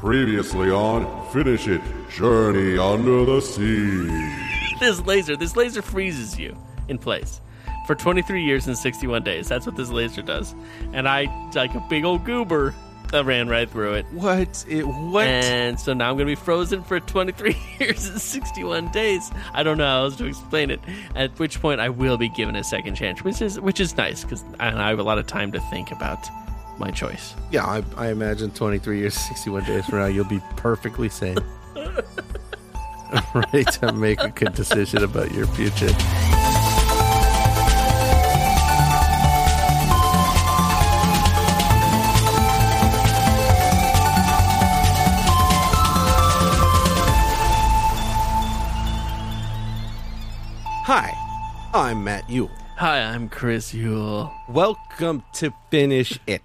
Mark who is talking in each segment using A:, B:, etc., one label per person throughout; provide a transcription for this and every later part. A: Previously on Finish It Journey Under the Sea.
B: this laser, this laser freezes you in place for 23 years and 61 days. That's what this laser does. And I, like a big old goober, I ran right through it.
C: What? It what?
B: And so now I'm going to be frozen for 23 years and 61 days. I don't know how else to explain it. At which point I will be given a second chance, which is which is nice because I, I have a lot of time to think about my choice.
C: yeah, I, I imagine 23 years, 61 days from now, you'll be perfectly sane. Ready to make a good decision about your future. Hi, I'm Matt Yule.
B: Hi, I'm Chris Yule.
C: Welcome to Finish It.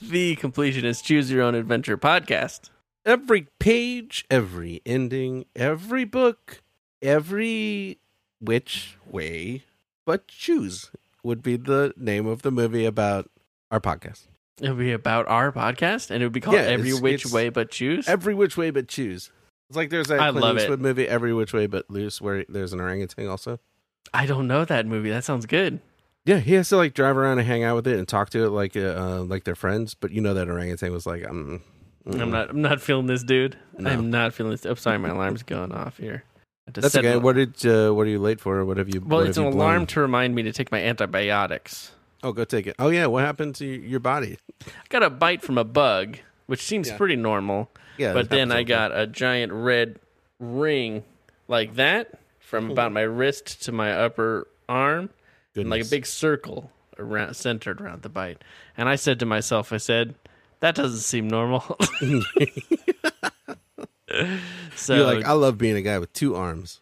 B: The Completionist Choose Your Own Adventure podcast.
C: every page, every ending, every book, every which way but choose would be the name of the movie about our podcast.
B: It would be about our podcast, and it would be called
C: Yeah,
B: Every
C: it's-
B: Which
C: it's-
B: Way But Choose.
C: Every which way but choose. It's like there's that
B: I
C: Clint
B: love
C: Eastwood
B: it.
C: movie, Every Which Way But Loose, where there's an orangutan also.
B: I don't know that movie. That sounds good.
C: Yeah, he has to like drive around and hang out with it and talk to it like uh, uh, like they're friends. But you know that orangutan was like, "Mm, I'm,
B: I'm not. I'm not feeling this, dude.
C: No.
B: I'm not feeling this. Oh, sorry, my alarm's going off here. I had to
C: That's
B: set
C: okay.
B: an-
C: What did uh, what are you late for? What have you?
B: well,
C: what
B: it's an
C: have you blown?
B: alarm to remind me to take my antibiotics.
C: Oh, go take it. Oh yeah, what happened to your body?
B: I got a bite from a bug, which seems
C: Yeah.
B: pretty normal.
C: Yeah,
B: but
C: that
B: then
C: happens all
B: I
C: the time.
B: got a giant red ring like that
C: Hmm.
B: from about my wrist to my upper arm, and like a
C: Goodness.
B: big circle around centered around the bite. And I said to myself, I said, "That doesn't seem normal." so
C: You're like, "Ah." I love being a guy with two arms.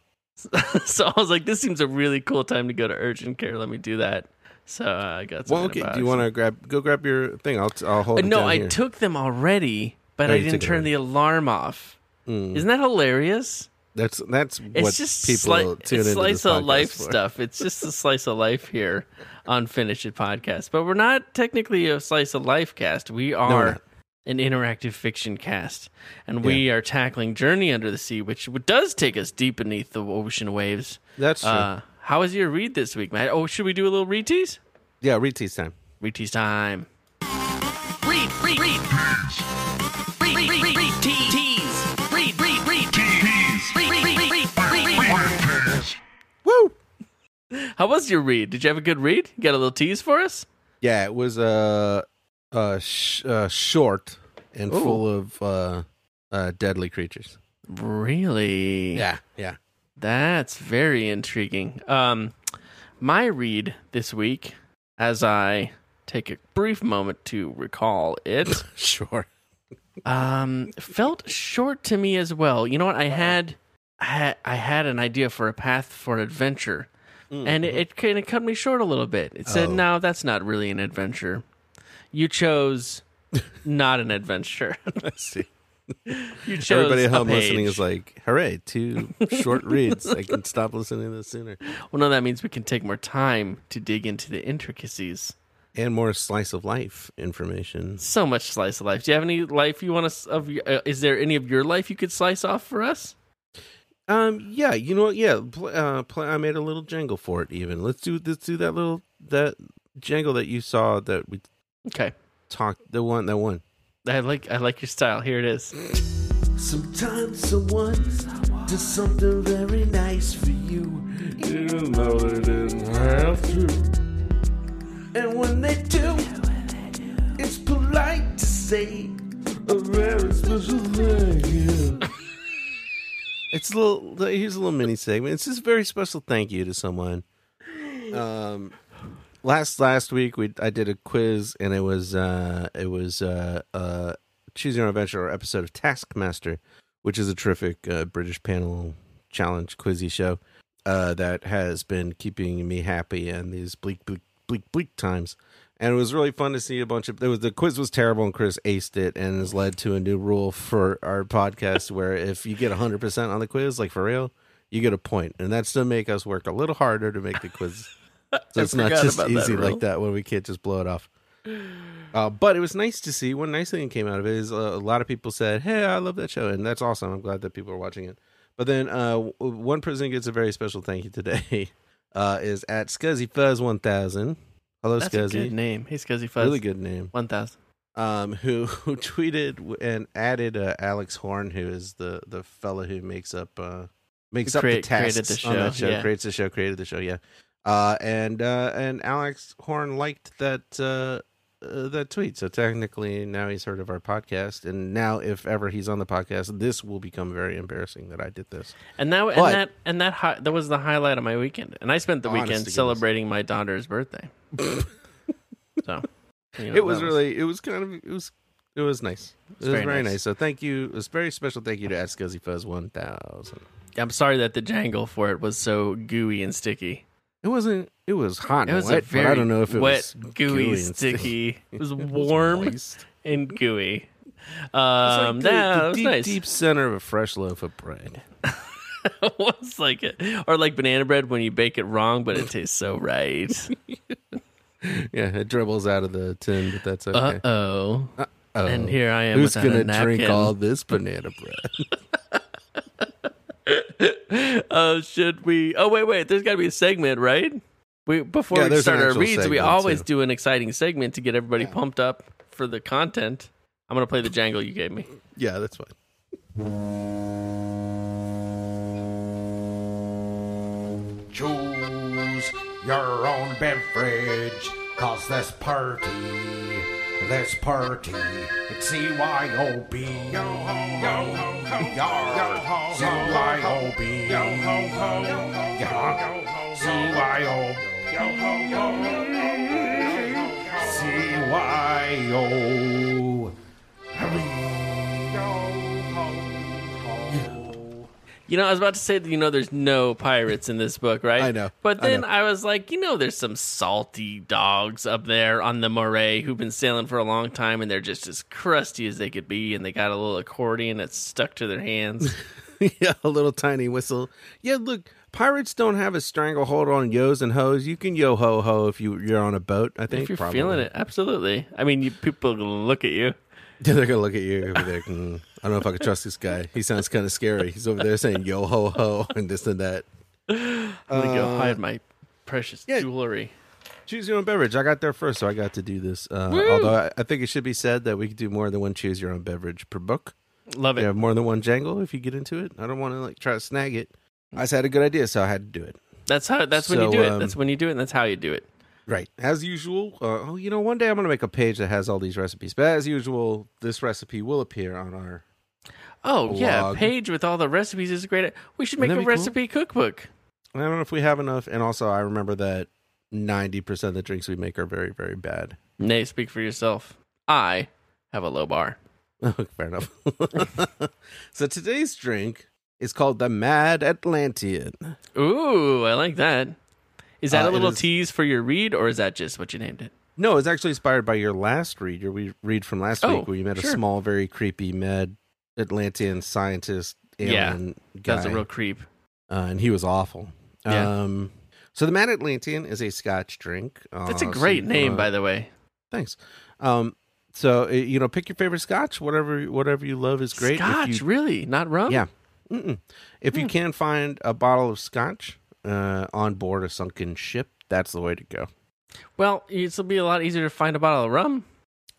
B: so I was like, "This seems a really cool time to go to urgent care. Let me do that." So uh, I got. some
C: Well, okay. Do you
B: antibiotics.
C: want to grab? Go grab your thing. I'll t- I'll hold.
B: Uh,
C: it
B: No,
C: down
B: I
C: here.
B: took them already, but
C: Oh,
B: I
C: you
B: didn't
C: took it Hmm.
B: turn the alarm off. Isn't that hilarious?
C: That's that's
B: It's
C: what
B: just
C: people
B: sli-
C: tune
B: it's
C: into
B: slice
C: this
B: of
C: podcast
B: life
C: for.
B: stuff. It's just a slice of life here on Finish It podcast. But we're not technically a slice of life cast. We are
C: not.
B: an interactive fiction cast, and we are tackling Journey Under the Sea, which does take us deep beneath the ocean waves.
C: That's true.
B: Uh, how was your read this week, Matt? Oh, should we do a little retease?
C: yeah, read tease time.
B: Retease time.
D: Read, read, read. Read, read, read, read. Tease. Read, read, read. Tease. Read, read, read, read. Read, read.
C: Woo!
B: How was your read? Did you have a good read? You got a little tease for us?
C: Yeah, it was uh, uh, sh- uh short and
B: Ooh.
C: full of uh, uh, deadly creatures.
B: Really?
C: Yeah, yeah.
B: That's very intriguing. Um, my read this week, as I take a brief moment to recall it,
C: Sure.
B: um, felt short to me as well. You know what? I
C: Uh-huh.
B: had, I had, I had an idea for a path for adventure, and it, it kind of cut me short a little bit. It said,
C: Mm, mm-hmm. Oh.
B: "No, that's not really an adventure. You chose." not an adventure.
C: I see.
B: You chose
C: Everybody
B: a
C: at home listening
B: page.
C: is like, "Hooray! Two short reads. I can stop listening to this sooner."
B: well, no, that means we can take more time to dig into the intricacies
C: And more slice of life information.
B: so much slice of life. Do you have any life you want to? Of your- uh, is there any of your life you could slice off for us?
C: Um. Yeah. You know what? Yeah. Pl- uh, pl- I made a little jangle for it. Even let's do let's do that little that jangle that you saw that we
B: Okay,
C: talked the one that one.
B: I like I like your style. Here it is.
E: Sometimes someone does something very nice for you, even though they didn't have to. And when they do, it's polite to say a very special thank you.
C: It's a little. Here's a little mini segment. It's just a very special thank you to someone. Um. Last last week we I did a quiz and it was uh it was uh uh choose your own adventure episode of Taskmaster, which is a terrific uh, British panel challenge quizzy show. uh, that has been keeping me happy in these bleak, bleak, bleak, bleak times. And it was really fun to see a bunch of. There was the quiz was terrible, and Chris aced it, and has led to a new rule for our podcast where if you get hundred percent on the quiz, like for real, you get a point, and that's to make us work a little harder to make the quiz. So it's not
B: forgot
C: just
B: about that
C: easy
B: rule.
C: like that when we can't just blow it off. Uh, but it was nice to see. One nice thing that came out of it is uh, a lot of people said, "Hey, I love that show," and that's awesome. I'm glad that people are watching it. But then uh, w- one person gets a very special thank you today. Uh, is at Scuzzy Fuzz One Thousand. Hello,
B: That's a
C: Scuzzy.
B: good name. Hey, Scuzzy Fuzz.
C: Really good name.
B: One thousand.
C: Um, who who tweeted w- and added uh, Alex Horn, who is the the fella who makes up uh makes
B: Who
C: up
B: create-
C: the tasks
B: created the
C: on
B: show,
C: that show.
B: yeah.
C: Creates the show. Created the show. Yeah. Uh, and uh, and Alex Horn liked that uh, uh, that tweet. So technically, now he's heard of our podcast, and now if ever he's on the podcast, this will become very embarrassing that I did this.
B: And that
C: But-
B: and that and that hi- that was the highlight of my weekend. And I spent the
C: Honest to
B: weekend
C: goodness.
B: celebrating my daughter's birthday. so you know,
C: it was
B: that
C: really it was kind of it was it was nice it was
B: very
C: very,
B: nice.
C: nice. so thank you it was a very special thank you to ask fuzz 1000
B: I'm sorry that the jangle for it was so gooey and sticky.
C: it wasn't it was hot
B: It
C: and
B: was a
C: wet,
B: very
C: but i don't know if it
B: wet,
C: was
B: gooey,
C: and
B: sticky. It was
C: It was
B: warm
C: moist.
B: and gooey.
C: It's like
B: Um,
C: the,
B: nah,
C: the
B: it was
C: deep,
B: nice.
C: deep center of a fresh loaf of bread
B: It was like a, or like banana bread when you bake it wrong, but it tastes so right.
C: yeah it dribbles out of the tin but that's
B: Uh
C: okay
B: oh. And here I am.
C: who's
B: without a
C: gonna drink
B: napkin.
C: all this banana bread
B: Uh, should we? Oh wait, wait. There's got to be a segment, right? We before
C: Yeah,
B: we
C: there's an
B: start our
C: actual
B: reads, we
C: segment,
B: always
C: too.
B: do an exciting segment to get everybody pumped up for the content. I'm gonna play the jangle you gave me.
C: yeah that's fine
F: Choose your own beverage, cause this party, this party, it's CYOB. Yo ho ho ho ho, yo ho CYOB. Yo ho ho, yo ho CYOB. Yo ho ho, CYO.
B: You know, I was about to say that you know there's no pirates in this book, right?
C: I know.
B: But
C: I
B: then
C: know.
B: I, was like, you know, there's some salty dogs up there on the moray who've been sailing for a long time, and they're just as crusty as they could be, and they got a little accordion that's stuck to their hands.
C: yeah, a little tiny whistle. Yeah, look, pirates don't have a stranglehold on yos and hoes. You can yo ho ho if you you're on a boat. I think
B: if you're
C: probably.
B: feeling it, absolutely. I mean, you, people are gonna look at you.
C: Yeah, they're gonna look at you. and be like, "Mm, I don't know if I can trust this guy. He sounds kind of scary. He's over there saying yo ho ho and this and that.
B: I'm gonna go hide my precious
C: Uh, yeah.
B: jewelry.
C: Choose your own beverage. I got there first, so I got to do this. Uh, although I, I think it should be said that we could do more than one choose your own beverage per book.
B: Love it.
C: You have more than one jangle if you get into it. I don't want to like try to snag it. I just had a good idea, so I had to do it.
B: That's how. That's when you
C: So,
B: do it.
C: um,
B: That's when you do it. and That's how you do it.
C: Right. As usual, uh, oh, you know, one day I'm going to make a page that has all these recipes. But as usual, this recipe will appear on our.
B: Oh yeah,
C: blog.
B: page with all the recipes is great. We should make a
C: Wouldn't that
B: recipe
C: be cool?
B: cookbook.
C: I don't know if we have enough. And also, I remember that 90% of the drinks we make are very, very bad.
B: Nay, speak for yourself. I have a low bar.
C: Fair enough. so today's drink is called the Mad Atlantean.
B: Ooh, I like that. Is that
C: Uh,
B: a
C: it
B: little
C: is-
B: tease for your read, or is that just what you named it?
C: No, it's actually inspired by your last read, your we- read from last
B: Oh,
C: week, where you met
B: sure.
C: a small, very creepy Mad Atlantean scientist
B: Yeah,
C: alien guy.
B: That's a real creep.
C: uh, and he was awful.
B: Yeah.
C: Um, so the Mad Atlantean is a Scotch drink. Uh,
B: That's a great name, by the way.
C: Thanks. Um, so uh, you know, pick your favorite Scotch. Whatever, whatever you love is great. If
B: Scotch,
C: you-
B: really? Hmm. Not rum?
C: yeah. Mm-mm. If you can find a bottle of Scotch uh, on board a sunken ship, that's the way to go.
B: Well, it'll be a lot easier to find a bottle of rum,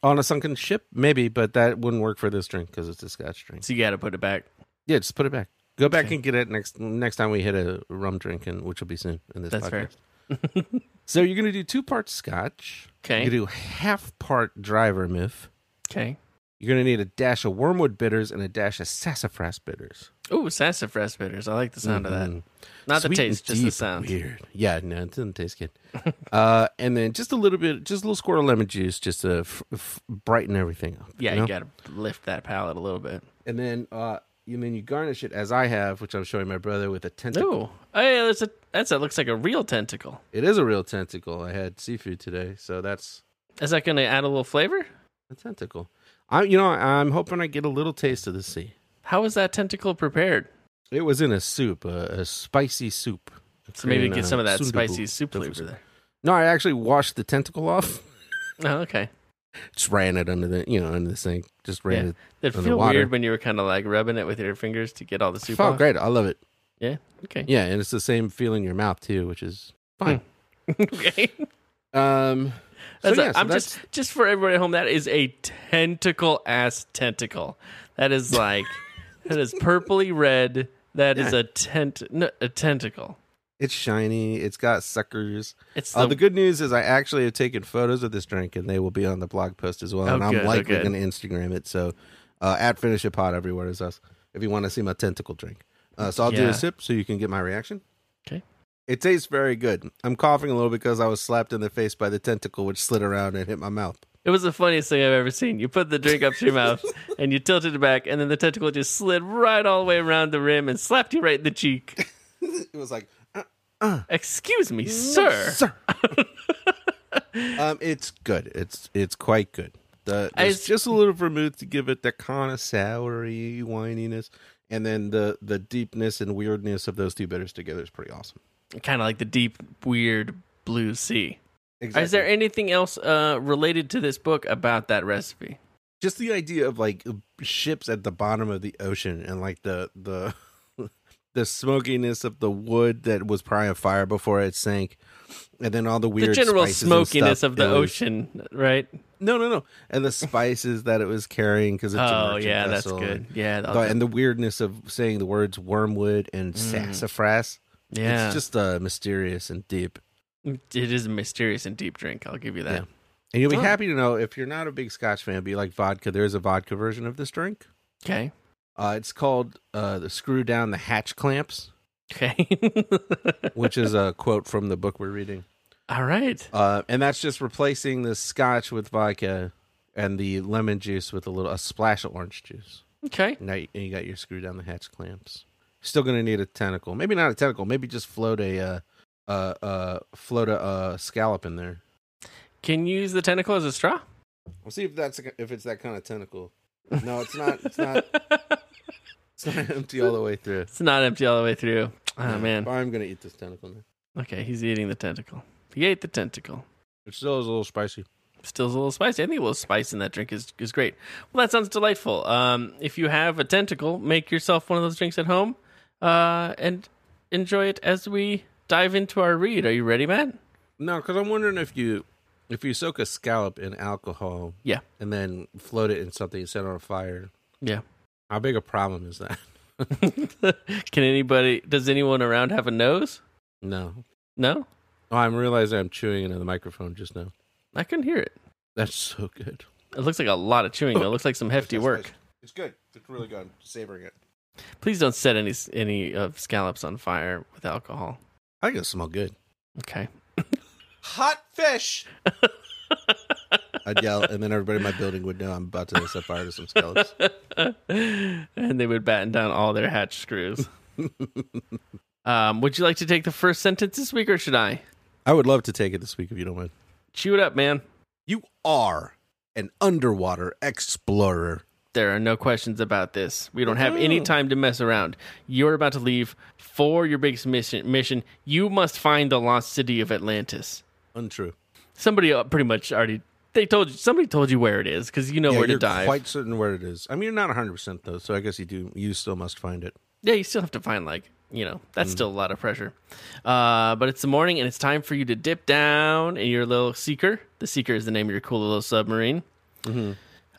C: On a sunken ship, maybe, but that wouldn't work for this drink because it's a Scotch drink.
B: so you got to put it back.
C: Yeah, just put it back. Go back
B: Okay.
C: and get it next next time we hit a rum drink, and which will be soon in this
B: That's
C: podcast.
B: fair.
C: so you're gonna do two parts Scotch.
B: Okay.
C: You do half part dry vermouth.
B: Okay.
C: You're gonna need a dash of wormwood bitters and a dash of sassafras bitters.
B: Ooh, sassafras bitters. I like the sound of that.
C: Mhm.
B: Not
C: Sweet
B: the
C: and
B: taste, just the
C: deep,
B: sound.
C: Weird. Yeah, no, it doesn't taste good. uh, and then just a little bit, just a little squirt of lemon juice, just to f- f- brighten everything up.
B: Yeah,
C: you
B: you
C: know?
B: got to lift that palate a little bit.
C: And then, uh, and then you garnish it as I have, which I'm showing my brother with a tentacle.
B: Ooh, hey, that's a that's a looks like a real tentacle.
C: It is a real tentacle. I had seafood today, so that's
B: Is that going to add a little flavor?
C: a tentacle. I, you know, I'm hoping I get a little taste of the sea.
B: How was that tentacle prepared?
C: It was in a soup, a, a spicy soup.
B: So maybe
C: Korean,
B: get
C: uh,
B: some of that
C: sundubu
B: spicy soup
C: tofu
B: flavor
C: soup.
B: there.
C: No, I actually washed the tentacle off.
B: Oh, okay.
C: Just ran it under the you know under the sink. Just ran
B: Yeah.
C: it.
B: Did it
C: under
B: feel
C: water.
B: weird when you were kind of like rubbing it with your fingers to get all the soup
C: Felt
B: off?
C: great. I love it.
B: Yeah. Okay.
C: Yeah, and it's the same feel in your mouth too, which is fine.
B: okay.
C: Um, so
B: Hmm. That's a-
C: yeah, so
B: I'm
C: that's-
B: just just for everybody at home. That is a tentacle ass tentacle. That is like that is purpley red. That is a tent no, a tentacle.
C: It's shiny. It's got suckers.
B: It's
C: Uh,
B: the,
C: the good news is I actually have taken photos of this drink, and they will be on the blog post as well.
B: Oh,
C: and I'm
B: good, oh,
C: likely
B: good.
C: going to Instagram it. So uh, at Finish It Pod everywhere is us. If you want to see my tentacle drink, uh, so I'll do
B: Yeah.
C: a sip so you can get my reaction.
B: 'Kay.
C: It tastes very good. I'm coughing a little because I was slapped in the face by the tentacle, which slid around and hit my mouth.
B: it was the funniest thing I've ever seen. You put the drink up to your mouth and you tilted it back, and then the tentacle just slid right all the way around the rim and slapped you right in the cheek.
C: It was like,
B: Excuse me, sir.
C: sir. um, it's good. It's it's quite good. The,
B: I
C: there's
B: s-
C: just a little vermouth to give it the kind of soury wininess, and then the the deepness and weirdness of those two bitters together is pretty awesome.
B: Kind of like the deep, weird blue sea.
C: Exactly.
B: Is there anything else uh, related to this book about that recipe?
C: just the idea of like ships at the bottom of the ocean and like the the the smokiness of the wood that was probably on fire before it sank, and then all the weird
B: the general
C: spices and
B: smokiness
C: stuff
B: of the
C: it was-
B: ocean, right?
C: No, no, no. And the spices that it was carrying because it's a
B: Oh
C: merchant
B: yeah, that's
C: vessel
B: good.
C: and-
B: Yeah, that
C: The- and the weirdness of saying the words wormwood and sassafras.
B: Mm. yeah.
C: It's just uh, mysterious and deep.
B: it is a mysterious and deep drink. I'll give you that.
C: Yeah. And you'll be
B: Oh.
C: happy to know if you're not a big Scotch fan, but you like vodka, there is a vodka version of this drink.
B: Okay,
C: Uh, it's called uh, the Screw Down the Hatch Clamps,
B: okay,
C: which is a quote from the book we're reading.
B: all right.
C: Uh, and that's just replacing the Scotch with vodka and the lemon juice with a little a splash of orange juice.
B: Okay,
C: Now you, and you got your screw down the hatch clamps. Still gonna need a tentacle. Maybe not a tentacle. Maybe just float a uh, uh, uh float a uh, scallop in there.
B: can you use the tentacle as a straw?
C: We'll see if that's if it's that kind of tentacle. No, it's not. It's not. it's not empty all the way through.
B: It's not empty all the way through. Oh man.
C: I'm gonna eat this tentacle now.
B: Okay, he's eating the tentacle. He ate the tentacle.
C: It still is a little spicy.
B: Still is a little spicy. I think a little spice in that drink is, is great. Well, that sounds delightful. Um, if you have a tentacle, make yourself one of those drinks at home uh, and enjoy it as we dive into our read. Are you ready, Matt?
C: No, because I'm wondering if you if you soak a scallop in alcohol
B: Yeah.
C: and then float it in something and set it on fire,
B: Yeah.
C: how big a problem is that?
B: Can anybody, does anyone around have a nose?
C: No.
B: No?
C: Oh, I'm realizing I'm chewing into the microphone just now.
B: I couldn't hear it.
C: That's so good.
B: It looks like a lot of chewing. It looks like some hefty work.
C: It's good. It's really good. I'm savoring it.
B: Please don't set any any of scallops on fire with alcohol.
C: I think it smell good.
B: Okay.
C: Hot fish. I'd yell, and then everybody in my building would know I'm about to set fire to some scallops.
B: and they would batten down all their hatch screws. um, would you like to take the first sentence this week, or should I?
C: I would love to take it this week if you don't mind.
B: Chew it up, man.
C: You are an underwater explorer.
B: There are no questions about this. We don't have
C: Mm.
B: any time to mess around. You're about to leave for your biggest mission. Mission. You must find the lost city of Atlantis.
C: Untrue.
B: Somebody uh, pretty much already. They told you. Somebody told you where it is because you know
C: Yeah,
B: where to
C: you're
B: dive.
C: quite certain where it is. I mean, you're not 100 percent though, so I guess you do. You still must find it.
B: yeah, you still have to find like you know that's still a lot of pressure. Uh, but it's the morning and it's time for you to dip down in your little seeker. The seeker is the name of your cool little submarine.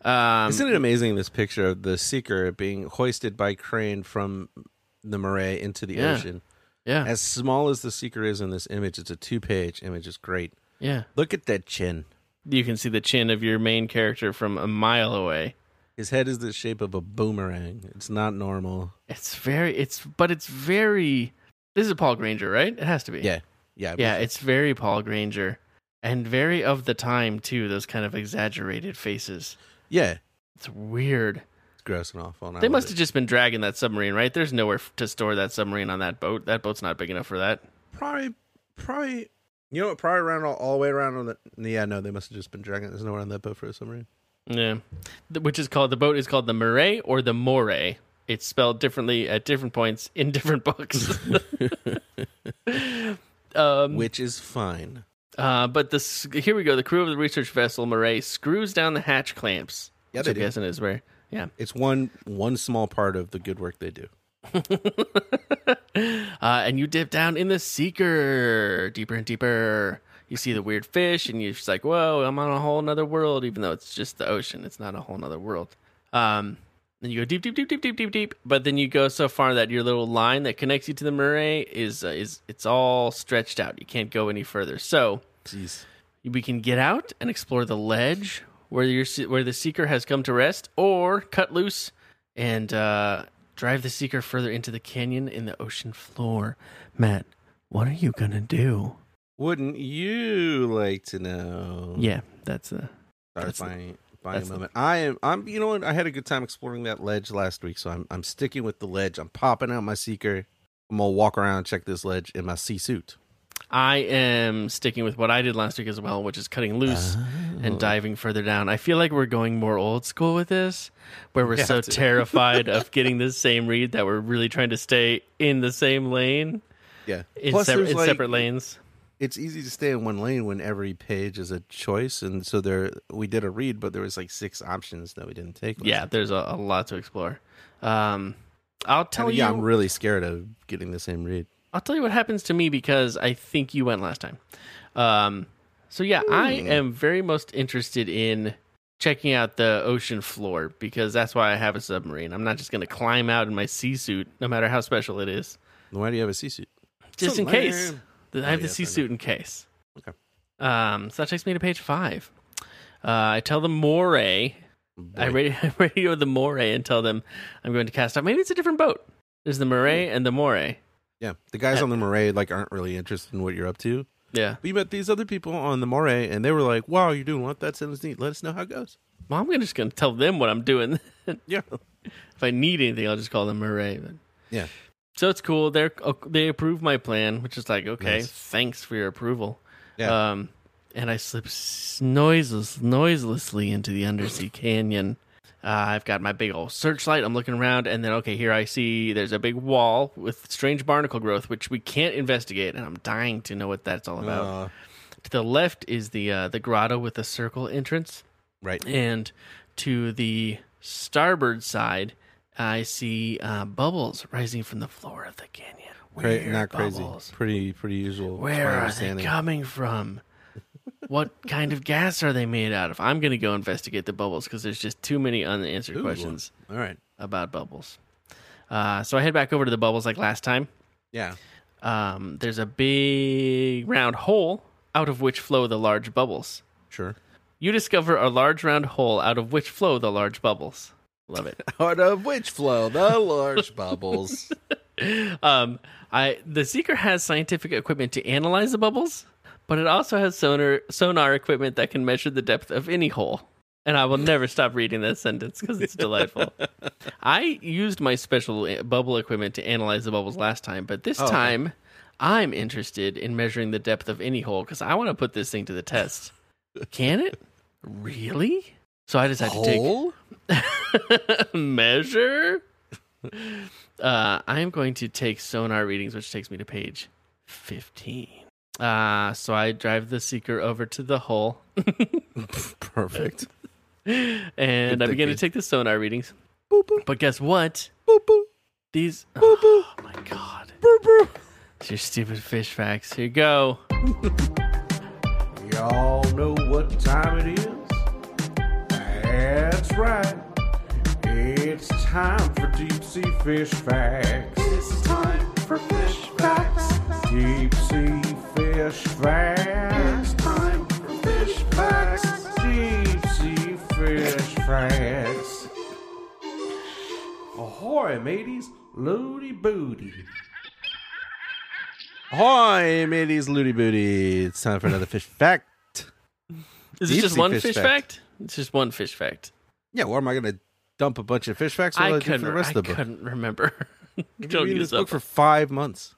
B: Um,
C: Isn't it amazing this picture of the seeker being hoisted by crane from the moray into the
B: Yeah.
C: ocean?
B: yeah,
C: As small as the seeker is in this image, it's a two page image. It's great.
B: yeah.
C: Look at that chin.
B: You can see the chin of your main character from a mile away.
C: His head is the shape of a boomerang. It's not normal.
B: It's very. It's but it's very. This is Paul Granger, right? It has to be.
C: Yeah. Yeah.
B: Yeah, it's very Paul Granger, and very of the time too. Those kind of exaggerated faces.
C: Yeah.
B: It's weird.
C: It's gross and awful. and I
B: They
C: love
B: must
C: it.
B: have just been dragging that submarine, right? There's nowhere f- to store that submarine on that boat. That boat's not big enough for that.
C: probably, probably, you know what? Probably around all, all the way around on the. Yeah, no, they must have just been dragging. There's nowhere on that boat for a submarine.
B: Yeah. Th- Which is called the boat is called the Murray or the Moray. It's spelled differently at different points in different books.
C: Which is fine.
B: Uh, but this here we go. The crew of the research vessel Murray screws down the hatch clamps.
C: Yeah,
B: which
C: they
B: I'm
C: do.
B: guessing is where. Yeah.
C: It's one one small part of the good work they do.
B: Uh, and you dip down in the seeker deeper and deeper. You see the weird fish, and you're just like, "Whoa, I'm on a whole nother world." Even though it's just the ocean, it's not a whole nother world. Um, and you go deep, deep, deep, deep, deep, deep, deep. But then you go so far that your little line that connects you to the Murray is uh, is it's all stretched out. You can't go any further. So
C: Jeez.
B: we can get out and explore the ledge where your where the seeker has come to rest, or cut loose and uh, drive the seeker further into the canyon in the ocean floor. Matt, what are you gonna do?
C: Wouldn't you like to know?
B: Yeah, that's a
C: Sorry,
B: That's the-
C: buying, buying
B: that's
C: a
B: the-
C: moment. I am. I'm. You know what? I had a good time exploring that ledge last week, so I'm. I'm sticking with the ledge. I'm popping out my seeker. I'm gonna walk around and check this ledge in my sea suit.
B: I am sticking with what I did last week as well, which is cutting loose and diving further down. I feel like we're going more old school with this, where we're so terrified of getting the same read that we're really trying to stay in the same lane
C: Yeah.
B: in,
C: Plus,
B: sep-
C: there's,
B: in
C: like,
B: separate lanes.
C: It's easy to stay in one lane when every page is a choice, and so there we did a read, but there was like six options that we didn't take. last
B: yeah, there's a, a lot to explore. Um, I'll tell
C: And
B: you.
C: yeah, I'm really scared of getting the same read.
B: I'll tell you what happens to me because I think you went last time. Um, so yeah, I
C: Hmm.
B: am very most interested in checking out the ocean floor because that's why I have a submarine. I'm not just going to climb out in my sea suit, no matter how special it is,
C: Why do you have a sea suit?
B: just in
C: So
B: case.
C: lame.
B: I have the
C: yes, I
B: sea
C: know.
B: suit in case.
C: Okay.
B: Um, so that takes me to page five. Uh, I tell them moray. I radio, I radio the moray and tell them I'm going to cast out. Maybe it's a different boat. There's the moray
C: Hmm.
B: and the moray.
C: Yeah, the guys on the moray like aren't really interested in what you're up to.
B: Yeah.
C: But you met these other people on the moray, and they were like, "Wow, you're doing what? That sounds neat. Let us know how it goes."
B: Well, I'm just going to tell them what I'm doing. if
C: Yeah,
B: I need anything, I'll just call them Murray. But-
C: yeah.
B: So it's cool. They are they approve my plan, which is like, okay,
C: Nice.
B: thanks for your approval.
C: Yeah.
B: Um, and I slip s- noiseless, noiselessly into the undersea canyon. Uh, I've got my big old searchlight. I'm looking around, and then okay, here I see there's a big wall with strange barnacle growth, which we can't investigate, and I'm dying to know what that's all about.
C: Uh,
B: to the left is the uh, the grotto with the circle entrance.
C: right.
B: and to the starboard side, I see uh, bubbles rising from the floor of the canyon.
C: Cra-
B: Weird
C: not crazy.
B: bubbles.
C: Pretty, pretty usual. It's my
B: Where are they
C: understanding.
B: coming from? what kind of gas are they made out of? I'm going to go investigate the bubbles because there's just too many unanswered
C: Ooh.
B: questions
C: All right.
B: about bubbles. Uh, so I head back over to the bubbles like last time.
C: Yeah.
B: Um, there's a big round hole out of which flow the large bubbles.
C: Sure.
B: You discover a large round hole out of which flow the large bubbles. Love it.
C: Out of which flow the large bubbles.
B: Um, I the seeker has scientific equipment to analyze the bubbles, but it also has sonar sonar equipment that can measure the depth of any hole. And I will never stop reading that sentence because it's delightful. I used my special i- bubble equipment to analyze the bubbles last time, but this time I'm interested in measuring the depth of any hole because I want to put this thing to the test. Can it really? So I decided to take
C: Hole.
B: measure. Uh, I am going to take sonar readings, which takes me to page 15. Uh, so I drive the seeker over to the hole
C: Perfect.
B: and I begin to take the sonar readings. But guess what? These. Oh my god. It's your stupid fish facts. Here you go.
E: Y'all know what time it is? That's right. It's time for deep sea fish facts. It's time for fish facts. Deep sea fish facts. It's time for fish facts. Deep sea fish facts. Ahoy, mateys. Loody booty.
C: Hi, mateys, looty booty. It's time for another fish fact.
B: Is
C: Deep
B: it just
C: sea
B: one
C: fish
B: fish,
C: fact.
B: fact? It's just one fish fact.
C: Yeah. Where am I going to dump a bunch of fish facts? What do
B: I
C: I do for
B: couldn't.
C: the rest
B: I
C: of the book?
B: couldn't remember.
C: Been
B: Don't
C: reading
B: use
C: this book
B: up.
C: for five months.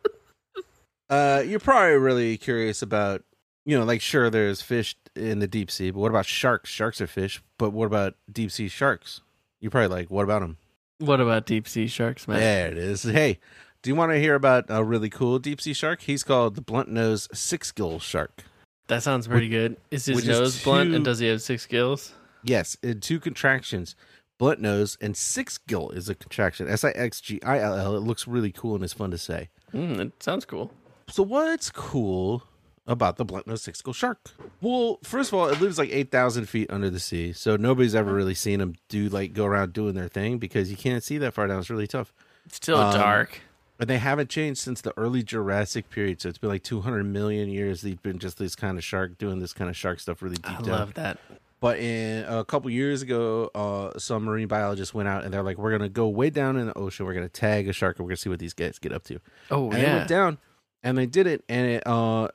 C: uh, you're probably really curious about, you know, like sure, there's fish in the deep sea, but what about sharks? Sharks are fish, but what about deep sea sharks? You're probably like, what about them?
B: What about deep sea sharks, man?
C: There it is. Hey, Do you want to hear about a really cool deep sea shark? He's called the blunt nose six gill shark.
B: That sounds pretty good. Is his
C: which is
B: nose blunt
C: too-
B: and does he have six gills?
C: Yes, in two contractions, blunt nose and six gill is a contraction. S I X G I L L. It looks really cool and it's fun to say.
B: Mm, it sounds cool.
C: So what's cool about the blunt nose six gill shark? Well, first of all, it lives like eight thousand feet under the sea, so nobody's ever really seen them do like go around doing their thing because you can't see that far down. It's really tough.
B: It's still
C: Um,
B: dark.
C: And they haven't changed since the early Jurassic period, so it's been like two hundred million years. They've been just this kind of shark doing this kind of shark stuff really deep
B: I
C: down.
B: love that.
C: But in a couple years ago, uh, some marine biologists went out and they're like, "We're gonna go way down in the ocean. We're gonna tag a shark and we're gonna see what these guys get up to."
B: Oh
C: and they
B: yeah.
C: went down and they did it and it uh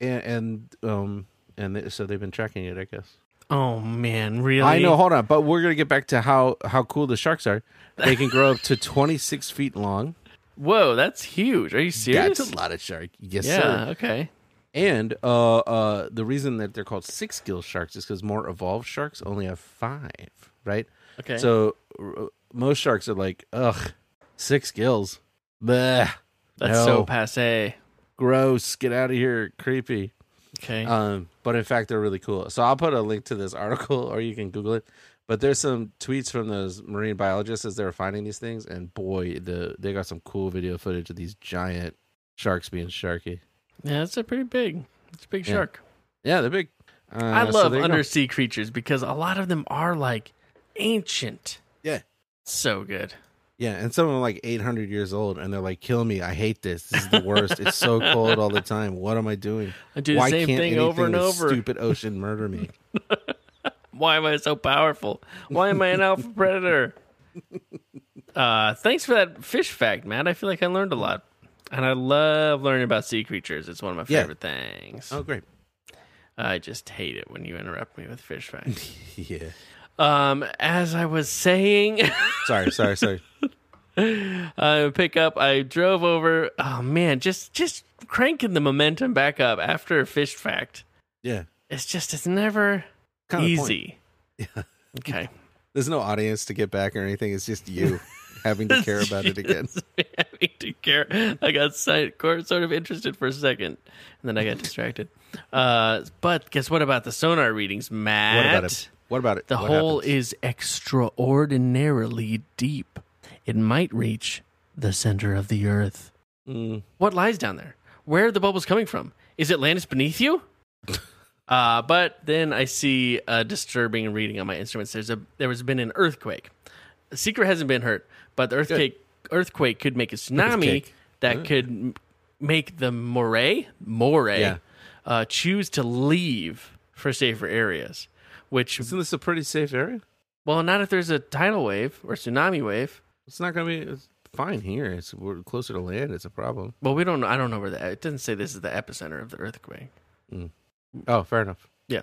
C: and, and um and they, so they've been tracking it i guess
B: Oh man, really?
C: i know hold on but we're gonna get back to how how cool the sharks are they can grow up to 26 feet long
B: Whoa, that's huge. Are you serious?
C: that's a lot of shark yes
B: yeah.
C: sir
B: Okay.
C: and uh uh the reason that they're called six gill sharks is because more evolved sharks only have five right
B: Okay.
C: so r- most sharks are like ugh six gills Bleh,
B: that's
C: no.
B: so passe.
C: gross get out of here creepy
B: Okay.
C: Um, but in fact, they're really cool. So I'll put a link to this article, or you can Google it. But there's some tweets from those marine biologists as they were finding these things, and boy, the they got some cool video footage of these giant sharks being sharky.
B: yeah, that's a pretty big. It's a big
C: Yeah.
B: shark.
C: Yeah, they're big. Uh,
B: I
C: so
B: love
C: there you go.
B: undersea creatures because a lot of them are like ancient.
C: Yeah.
B: So good.
C: Yeah, and some of them are like 800 years old, and they're like, "Kill me! I hate this. This is the worst. it's so cold all the time. What am I doing?
B: I do the same thing over and
C: anything in this
B: over.
C: Stupid ocean, murder me."
B: Why am I so powerful? Why am I an alpha predator? Uh, thanks for that fish fact, Matt. I feel like I learned a lot. And I love learning about sea creatures. It's one of my
C: Yeah.
B: favorite things.
C: oh, great.
B: I just hate it when you interrupt me with fish facts.
C: Yeah.
B: um, as I was saying,
C: Sorry, sorry, sorry.
B: uh, pick up. I drove over. Oh man, just just cranking the momentum back up after a fish fact.
C: Yeah.
B: It's just it's never
C: Kind of the point.
B: easy. Okay.
C: There's no audience to get back or anything. It's just you having to care about it again.
B: having to care. I got si- cor- sort of interested for a second, and then I got distracted. Uh, but guess what about the sonar readings, Matt?
C: What about it? What about it?
B: The
C: What
B: hole
C: happens?
B: is extraordinarily deep. It might reach the center of the earth.
C: Mm.
B: What lies down there? Where are the bubbles coming from? Is it Atlantis beneath you? uh, but then I see a disturbing reading on my instruments. There's a there has been an earthquake. The secret hasn't been hurt, but the earthquake earthquake could make a tsunami
C: Earthquake.
B: that could m- make the moray moray
C: Yeah.
B: uh, choose to leave for safer areas. Which
C: Isn't this a pretty safe area?
B: well, not if there's a tidal wave or tsunami wave.
C: It's not going to be it's fine here. It's we're closer to land. It's a problem.
B: Well, we don't. know. I don't know where the. It doesn't say this is the epicenter of the earthquake.
C: Oh, fair enough.
B: Yeah.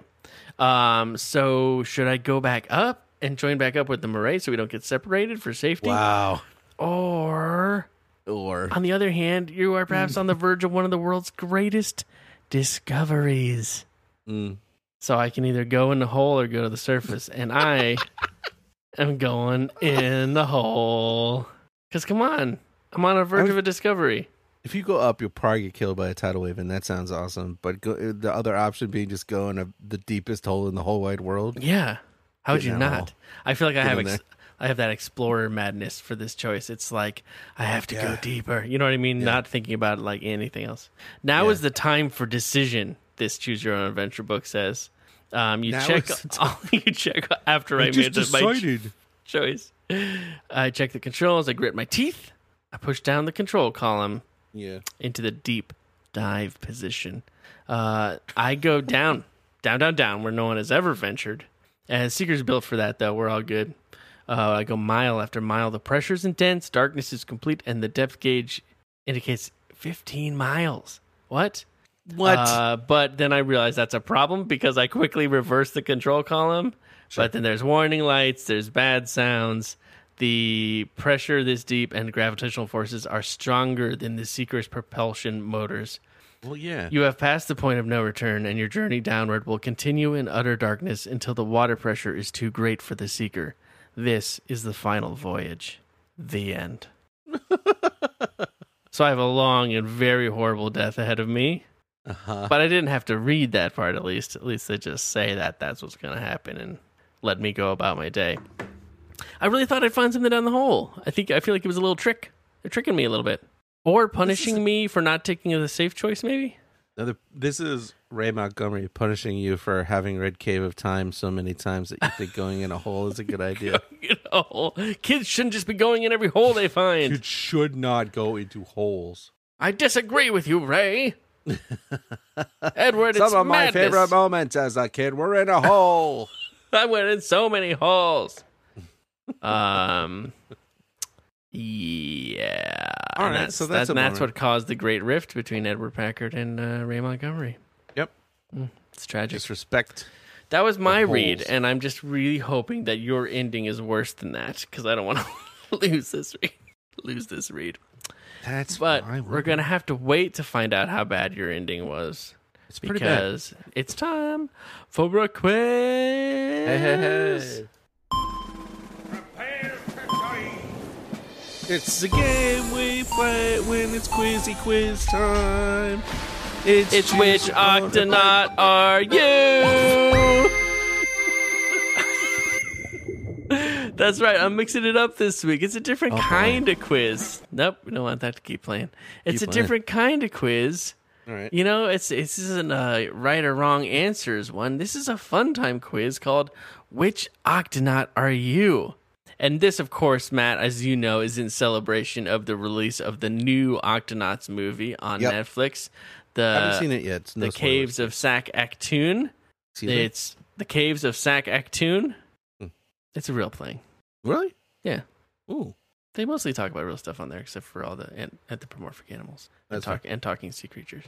B: Um. So should I go back up and join back up with the moray so we don't get separated for safety?
C: Wow.
B: Or
C: Or
B: on the other hand, you are perhaps on the verge of one of the world's greatest discoveries.
C: Mm.
B: So I can either go in the hole or go to the surface, and I am going in the hole. Cause come on, I'm on a verge of a discovery.
C: if you go up, you'll probably get killed by a tidal wave, and that sounds awesome. But go, uh, the other option being just go in a, the deepest hole in the whole wide world.
B: Yeah. How would
C: Get
B: you
C: in that
B: not?
C: hole.
B: I feel like I
C: Get
B: have
C: in
B: ex-
C: there.
B: I have that explorer madness for this choice. It's like I have to go deeper. You know what I mean? Not thinking about like anything else. Now is the time for decision. This choose your own adventure book says. Um, you
C: Now
B: check.
C: is the
B: you check after I, made the, my ch- choice. I check the controls. I grit my teeth. I push down the control column
C: Yeah.
B: into the deep dive position. Uh, I go down, down, down, down, where no one has ever ventured. And Seeker's built for that, though. We're all good. Uh, I go mile after mile. The pressure's intense, darkness is complete, and the depth gauge indicates 15 miles. What?
C: What?
B: Uh, but then I realize that's a problem because I quickly reverse the control column. But then there's warning lights, there's bad sounds. The pressure this deep and gravitational forces are stronger than the Seeker's propulsion motors.
C: well, yeah.
B: You have passed the point of no return, and your journey downward will continue in utter darkness until the water pressure is too great for the Seeker. This is the final voyage. The end. So I have a long and very horrible death ahead of me.
C: Uh-huh.
B: But I didn't have to read that part. At least, at least they just say that that's what's going to happen and let me go about my day. I really thought I'd find something down the hole. I think I feel like it was a little trick. They're tricking me a little bit, or punishing me for not taking the safe choice. Maybe.
C: Another, this is Ray Montgomery punishing you for having read Cave of Time so many times that you think going in a hole is a good idea.
B: You know, kids shouldn't just be going in every hole they
C: you
B: find.
C: should not go into holes.
B: I disagree with you, Ray. Edward, it's
C: Some of my
B: madness.
C: favorite moments as a kid were in a
G: Oh.
C: hole.
B: I went in so many holes. Um. Yeah.
C: All
B: and
C: right, so that's
B: that-
C: a
B: that's
C: bummer.
B: what caused the great rift between Edward Packard and uh, Ray Montgomery.
C: Yep.
B: Mm, it's tragic.
C: Just respect.
B: that was my read,
C: holes.
B: and I'm just really hoping that your ending is worse than that because I don't want to lose this read. Lose this read,
C: That's
B: but
C: my
B: we're gonna have to wait to find out how bad your ending was
C: It's pretty bad.
B: because it's time for a quiz.
C: Hey, hey, hey.
F: Prepare to die.
C: It's the game we play when it's quizzy quiz time. It's,
B: It's which
C: choose your own
B: octonaut are you? That's right. I'm mixing it up this week. It's a
C: Oh,
B: different kind of quiz. Nope, we don't want that to keep playing. It's
C: Keep
B: a
C: playing.
B: different kind of quiz.
C: All right.
B: You know, it's this isn't a right or wrong answers one. This is a fun time quiz called "Which Octonaut Are You?" And this, of course, Matt, as you know, is in celebration of the release of the new Octonauts movie on
C: Yep.
B: Netflix. The
C: I haven't seen it yet. It's no
B: the
C: spoilers.
B: caves of Sac Actoon.
C: Excuse me?
B: It's the caves of Sac Actoon.
C: Hmm.
B: It's a real thing.
C: really?
B: Yeah,
C: Ooh.
B: they mostly talk about real stuff on there, except for all the an- anthropomorphic animals and,
C: That's
B: talk- and talking sea creatures.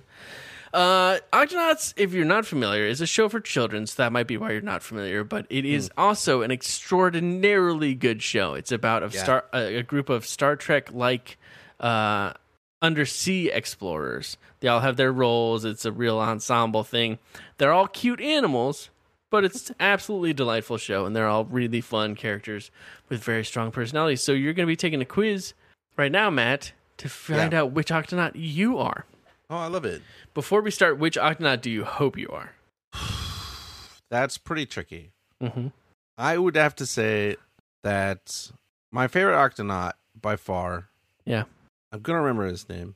B: Uh, Octonauts, if you're not familiar, is a show for children, so that might be why you're not familiar. But it is also an extraordinarily good show. It's about a star a, a group of Star Trek like uh, undersea explorers. They all have their roles. It's a real ensemble thing. They're all cute animals, but it's absolutely delightful show, and they're all really fun characters with very strong personalities. So you're going to be taking a quiz right now, Matt, to find
C: Yeah.
B: out which Octonaut you are.
C: Oh, I love it.
B: Before we start, which Octonaut do you hope you are?
C: That's pretty tricky.
B: Mm-hmm.
C: I would have to say that my favorite octonaut by far.
B: Yeah.
C: I'm gonna remember his name.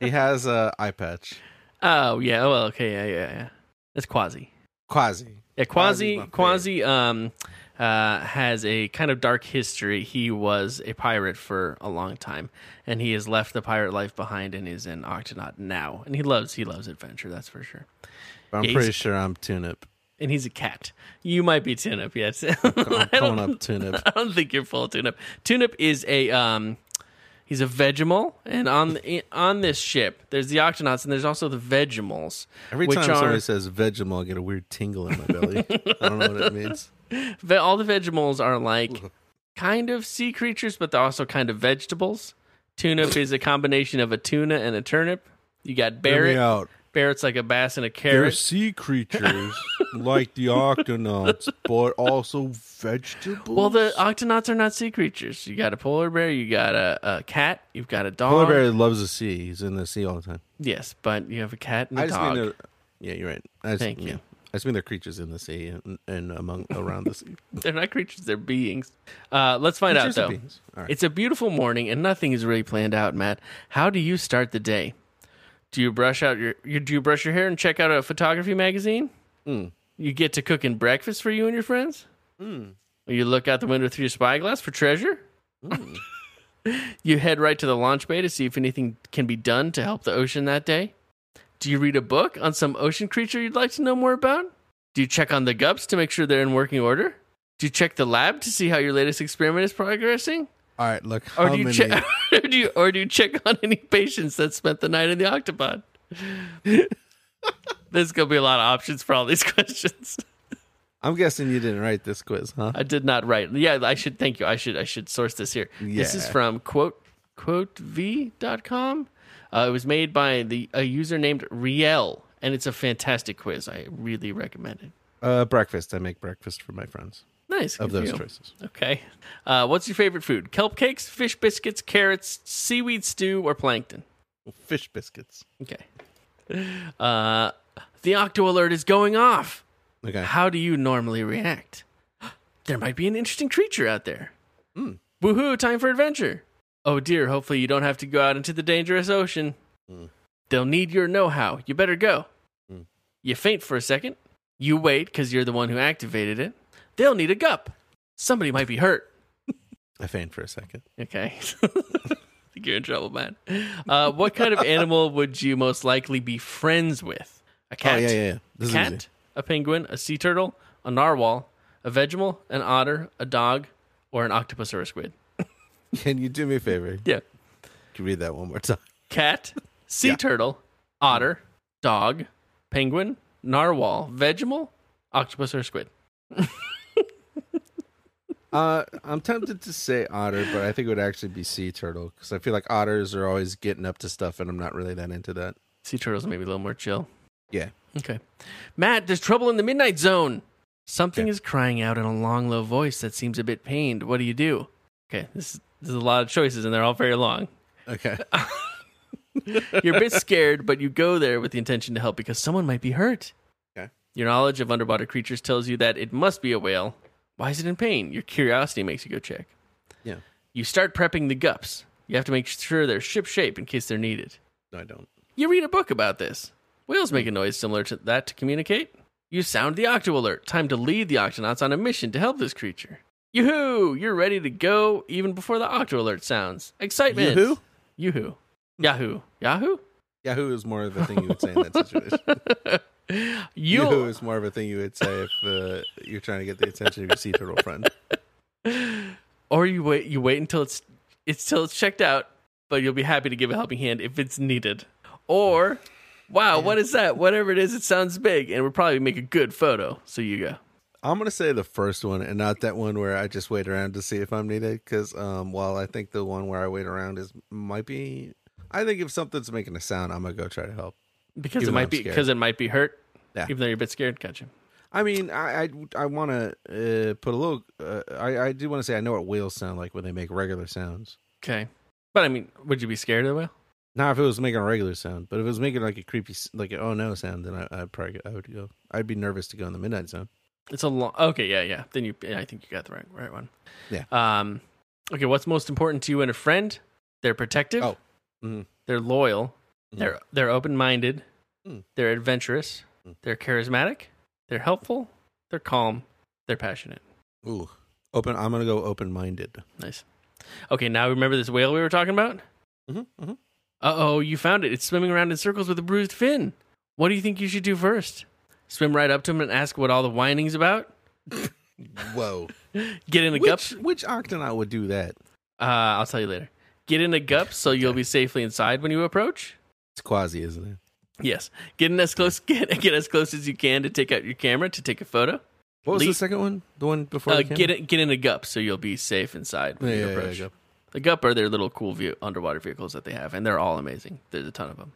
C: He has a eye patch.
B: oh yeah. Well, okay. Yeah, yeah, yeah. It's Quasi.
C: Quasi.
B: Yeah,
C: Quasi's
B: Quasi.
C: my favorite.
B: Quasi um, uh, has a kind of dark history. He was a pirate for a long time, and he has left the pirate life behind and is an octonaut now. And he loves he loves adventure. That's for sure.
C: But I'm
B: Yeah, he's-
C: pretty sure I'm Tunip.
B: And he's a cat. You might be Tunip. Yes, I
C: I'm
B: don't-
C: calling up Tunip.
B: I don't think you're full Tunip. Tunip is a um, he's a Vegemal, and on the, on this ship there's the Octonauts and there's also the Vegemals.
C: Every
B: which
C: time
B: are,
C: somebody says Vegemite, I get a weird tingle in my belly. I don't know what it means.
B: ve- all the Vegemals are like kind of sea creatures, but they're also kind of vegetables. Tunip is a combination of a tuna and a turnip. You got
C: Hear me
B: Barrett.
C: out.
B: Barrett's like a bass and a
C: They're
B: carrot.
C: sea creatures like the octonauts, but also vegetables.
B: Well, the Octonauts are not sea creatures. You got a polar bear. You got a, a cat. You've got a dog.
C: polar bear loves the sea. He's in the sea all the time.
B: Yes, but you have a cat and a
C: I just
B: dog.
C: mean they're. Yeah, you're right. I just,
B: Thank
C: yeah.
B: you.
C: I just mean they're creatures in the sea and, and among around the sea.
B: They're not creatures, they're beings. Uh, let's find
C: Creatures
B: out,
C: and
B: though.
C: beings. All right.
B: It's a beautiful morning and nothing is really planned out, Matt. How do you start the day? Do you brush out your, your do you brush your hair and check out a photography magazine?
C: Hmm.
B: You get to cooking breakfast for you and your friends?
C: Hmm.
B: You look out the window through your spyglass for treasure?
C: Hmm.
B: you head right to the launch bay to see if anything can be done to help the ocean that day? Do you read a book on some ocean creature you'd like to know more about? Do you check on the gups to make sure they're in working order? Do you check the lab to see how your latest experiment is progressing?
C: All right, look.
B: Or
C: how
B: do you
C: many-
B: check or do you or do you check on any patients that spent the night in the octopod? There's gonna be a lot of options for all these questions.
C: I'm guessing you didn't write this quiz, huh?
B: I did not write. Yeah, I should thank you. I should I should source this here. This is
C: Yeah.
B: from quote quotev.com. Uh, it was made by the a user named Riel, and it's a fantastic quiz. I really recommend it.
C: Uh, breakfast. I make breakfast for my friends.
B: Nice.
H: of
B: good
H: those
B: for you.
H: choices.
B: Okay. Uh, what's your favorite food? Kelp cakes, fish biscuits, carrots, seaweed stew, or plankton?
H: Fish biscuits.
B: Okay. Uh, the octo alert is going off.
C: Okay.
B: How do you normally react? There might be an interesting creature out there. Woohoo, time for adventure. Oh dear, hopefully you don't have to go out into the dangerous ocean. They'll need your know how. You better go. You faint for a second. You wait because you're the one who activated it. They'll need a gup. Somebody might be hurt.
C: I faint for a second. Oh,
B: Okay. I think you're in trouble, man. Uh, what kind of animal would you most likely be friends with? A cat?
C: Oh yeah, yeah. yeah. This
B: A
C: is easy.
B: cat, a penguin, a sea turtle, a narwhal, a vegemal, an otter, a dog, or an octopus or a squid.
C: Can you do me a favor?
B: Yeah.
C: Can you read that one more time?
B: Cat, sea turtle, otter, dog, penguin, narwhal, vegemal, octopus or squid.
C: Uh, I'm tempted to say otter, but I think it would actually be sea turtle because I feel like otters are always getting up to stuff, and I'm not really that into that.
B: Sea turtles maybe a little more chill.
C: Yeah.
B: Okay. Matt, there's trouble in the midnight zone. Something is crying out in a long, low voice that seems a bit pained. What do you do? Okay, this is, this is a lot of choices, and they're all very long.
C: Okay.
B: You're a bit scared, but you go there with the intention to help because someone might be hurt.
C: Okay.
B: Your knowledge of underwater creatures tells you that it must be a whale. Why is it in pain? Your curiosity makes you go check.
C: Yeah.
B: You start prepping the gups. You have to make sure they're ship shape in case they're needed.
C: No, I don't.
B: You read a book about this. Whales make a noise similar to that to communicate. You sound the octo alert. Time to lead the octonauts on a mission to help this creature. Yoo-hoo! You're ready to go even before the octo alert sounds. Excitement!
C: Yoo-hoo?
B: Yoo-hoo. Yahoo. Yahoo?
C: Yahoo is more of a thing you would say in that situation.
B: You,
C: Yahoo is more of a thing you would say if uh, you're trying to get the attention of your sea turtle friend.
B: or you wait you wait until it's it's till it's checked out, but you'll be happy to give a helping hand if it's needed. Or wow, what is that? Whatever it is, it sounds big and would probably make a good photo. So you go.
C: I'm gonna say the first one and not that one where I just wait around to see if I'm needed. Because um, while I think the one where I wait around is might be, I think if something's making a sound, I'm gonna go try to help.
B: Because
C: Even
B: it
C: though
B: might
C: I'm
B: be
C: scared.
B: because it might be hurt.
C: Yeah.
B: Even though you're a bit scared, gotcha.
C: I mean, I I, I want to uh, put a little. Uh, I I do want to say I know what whales sound like when they make regular sounds.
B: Okay. But I mean, would you be scared of the whale?
C: Not if it was making a regular sound, but if it was making like a creepy, s- like an oh no sound, then I I'd probably go, I would go. I'd be nervous to go in the midnight zone.
B: It's a long. Okay, yeah, yeah. Then you, yeah, I think you got the right, right one.
C: Yeah.
B: Um. Okay, what's most important to you in a friend? They're protective.
C: Oh. Mhm.
B: They're loyal.
C: Mhm.
B: They're they're open minded.
C: Mm.
B: They're adventurous.
C: Mm.
B: They're charismatic. They're helpful. They're calm. They're passionate.
C: Ooh, open. I'm gonna go open minded.
B: Nice. Okay, now remember this whale we were talking about?
C: Mm-hmm, mm-hmm.
B: Uh oh, you found it. It's swimming around in circles with a bruised fin. What do you think you should do first? Swim right up to him and ask what all the whining's about?
C: Whoa,
B: mm-hmm. Get in a gup.
C: which which octonaut would do that?
B: Uh, I'll tell you later. Get in a gup so you'll be safely inside when you approach.
C: It's quasi, isn't it?
B: Yes. Get in as close get, get as close as you can to take out your camera to take a photo.
C: What was
B: Le-
C: the second one? The one before?
B: Uh,
C: the camera?
B: get in, get in a gup so you'll be safe inside when
C: Yeah,
B: you
C: yeah, yeah,
B: approach.
C: gup.
B: A gup are their little cool view, underwater vehicles that they have, and they're all amazing. There's a ton of them.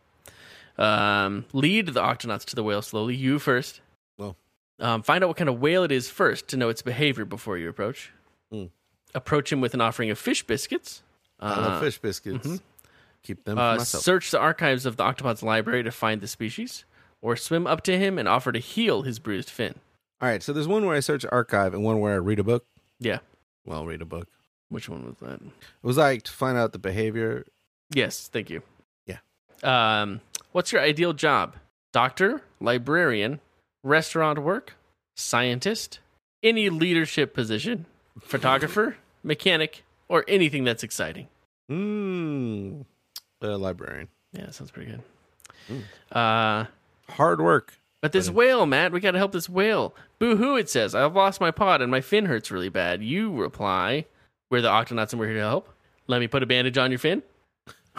B: Um, lead the octonauts to the whale slowly. You first.
C: Well.
B: um, find out what kind of whale it is first to know its behavior before you approach.
C: Mm.
B: Approach him with an offering of fish biscuits.
C: I
B: Uh,
C: love fish biscuits. Keep them for
B: uh,
C: myself.
B: search the archives of the octopod's library to find the species, or swim up to him and offer to heal his bruised fin.
C: All right, so there's one where I search archive and one where I read a book.
B: Yeah,
C: Well, read a book.
B: which one was that?
C: It was like to find out the behavior.
B: Yes, thank you.
C: Yeah.
B: Um, what's your ideal job? Doctor, librarian, restaurant work, scientist, any leadership position, photographer, mechanic, or anything that's exciting.
C: Mm, a librarian.
B: Yeah, that sounds pretty good. Uh,
C: Hard work.
B: but this whale, Matt, we got to help this whale. Boo hoo, it says. I've lost my pod and my fin hurts really bad. You reply, We're the Octonauts and we're here to help. Let me put a bandage on your fin.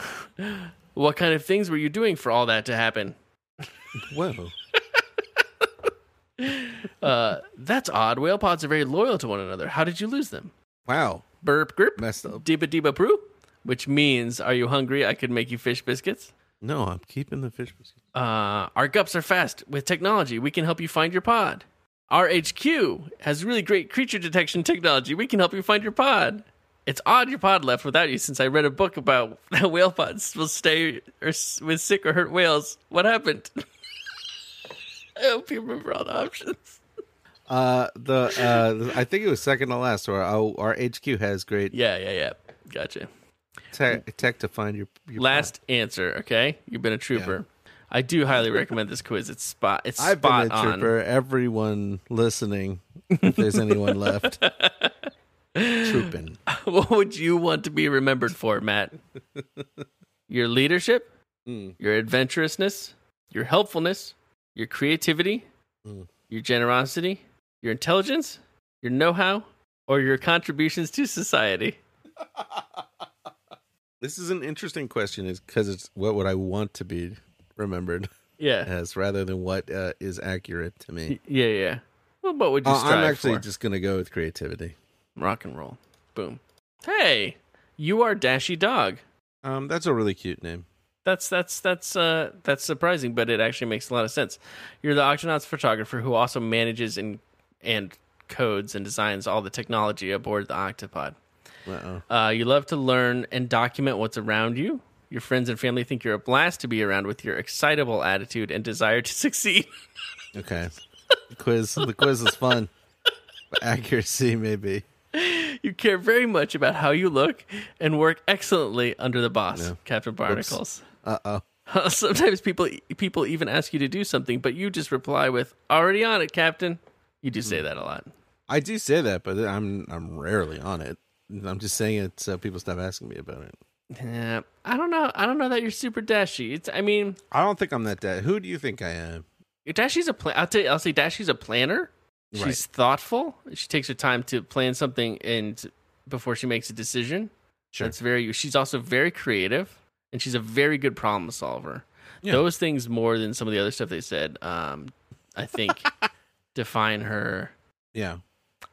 B: what kind of things were you doing for all that to happen?
C: Whoa.
B: Uh, that's odd. Whale pods are very loyal to one another. How did you lose them?
C: Wow.
B: Burp grip.
C: Messed up.
B: Deeba deeba proo. Which means, are you hungry? I could make you fish biscuits.
C: No, I'm keeping the fish biscuits.
B: Uh, our gups are fast. With technology, we can help you find your pod. RHQ has really great creature detection technology. We can help you find your pod. It's odd your pod left without you since I read a book about how whale pods will stay or s- with sick or hurt whales. What happened? I hope you remember all the options.
C: Uh, the uh, the- I think it was second to last. Or oh, our HQ has great
B: Yeah, yeah, yeah. Gotcha.
C: tech, tech to find your, your
B: Last answer, okay? You've been a trooper. I do highly recommend this quiz. It's spot. It's
C: I've
B: spot
C: been a
B: on.
C: trooper. Everyone listening, if there's anyone left, trooping.
B: what would you want to be remembered for, Matt? your leadership,
C: Hmm.
B: your adventurousness, your helpfulness, your creativity,
C: Hmm.
B: your generosity, your intelligence, your know how, or your contributions to society?
C: This is an interesting question, is because it's what would I want to be remembered
B: Yeah.
C: as, rather than what uh, is accurate to me.
B: Yeah, yeah. Well, what would you
C: Uh,
B: strive
C: I'm actually
B: for?
C: just gonna go with creativity.
B: Rock and roll. Boom. Hey, you are Dashy Dog.
C: Um, that's a really cute name.
B: That's that's that's uh that's surprising, but it actually makes a lot of sense. You're the Octonauts photographer who also manages and and codes and designs all the technology aboard the Octopod.
C: Uh-oh.
B: Uh, you love to learn and document what's around you. Your friends and family think you're a blast to be around with your excitable attitude and desire to succeed.
C: Okay, the quiz. The quiz is fun. But accuracy, maybe.
B: you care very much about how you look and work excellently under the boss,
C: No.
B: Captain Barnacles.
C: Uh oh.
B: Sometimes people people even ask you to do something, but you just reply with "Already on it, Captain." You do
C: Mm-hmm.
B: say that a lot.
C: I do say that, but I'm I'm rarely on it. I'm just saying it so people stop asking me about it.
B: Yeah, I don't know. I don't know that you're super dashy. It's. I mean,
C: I don't think I'm that dead. Who do you think I am?
B: dashy's a plan. I'll tell you, I'll say dashy's a planner. She's
C: Right.
B: thoughtful. She takes her time to plan something and before she makes a decision.
C: Sure.
B: That's very. She's also very creative, and she's a very good problem solver.
C: Yeah.
B: Those things more than some of the other stuff they said. Um, I think define her.
C: Yeah.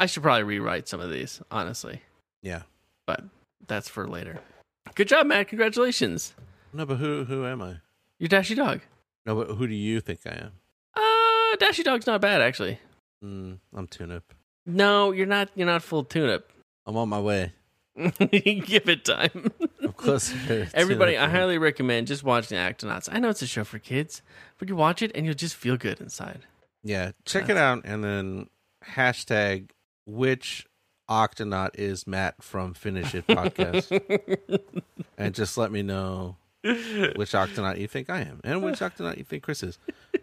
B: I should probably rewrite some of these, honestly,
C: Yeah.
B: but that's for later. Good job, Matt. Congratulations.
C: No, but who who am I?
B: You're Dashy Dog.
C: No, but who do you think I am?
B: Uh, Dashy Dog's not bad, actually.
C: Mm, I'm tune-up.
B: No, you're not. You're not full tune-up.
C: I'm on my way.
B: Give it time.
C: I'm closer. to tune-up
B: Everybody, I
C: than-
B: highly recommend just watching the Actonauts. I know it's a show for kids, but you watch it and you'll just feel good inside.
C: Yeah,
B: uh,
C: check it out and then hashtag which octonaut is Matt from Finish It Podcast, and just let me know which octonaut you think I am and which octonaut you think Chris is.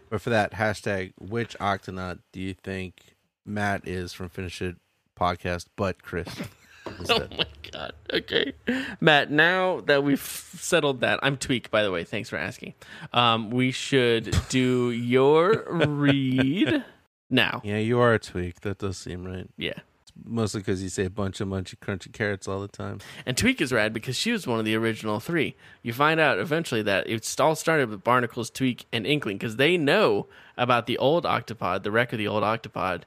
C: But for that hashtag, which octonaut do you think Matt is from Finish It Podcast, but Chris?
B: Oh
C: Instead.
B: my god. Okay, Matt. Now that we've settled that, I'm Tweak. By the way, thanks for asking. Um, we should do your read now.
C: Yeah, you are a tweak. That does seem right.
B: Yeah.
C: Mostly because you say a bunch of munchy crunchy carrots all the time.
B: And Tweak is rad because she was one of the original three. You find out eventually that it all started with Barnacles, Tweak, and Inkling because they know about the old octopod, the wreck of the old octopod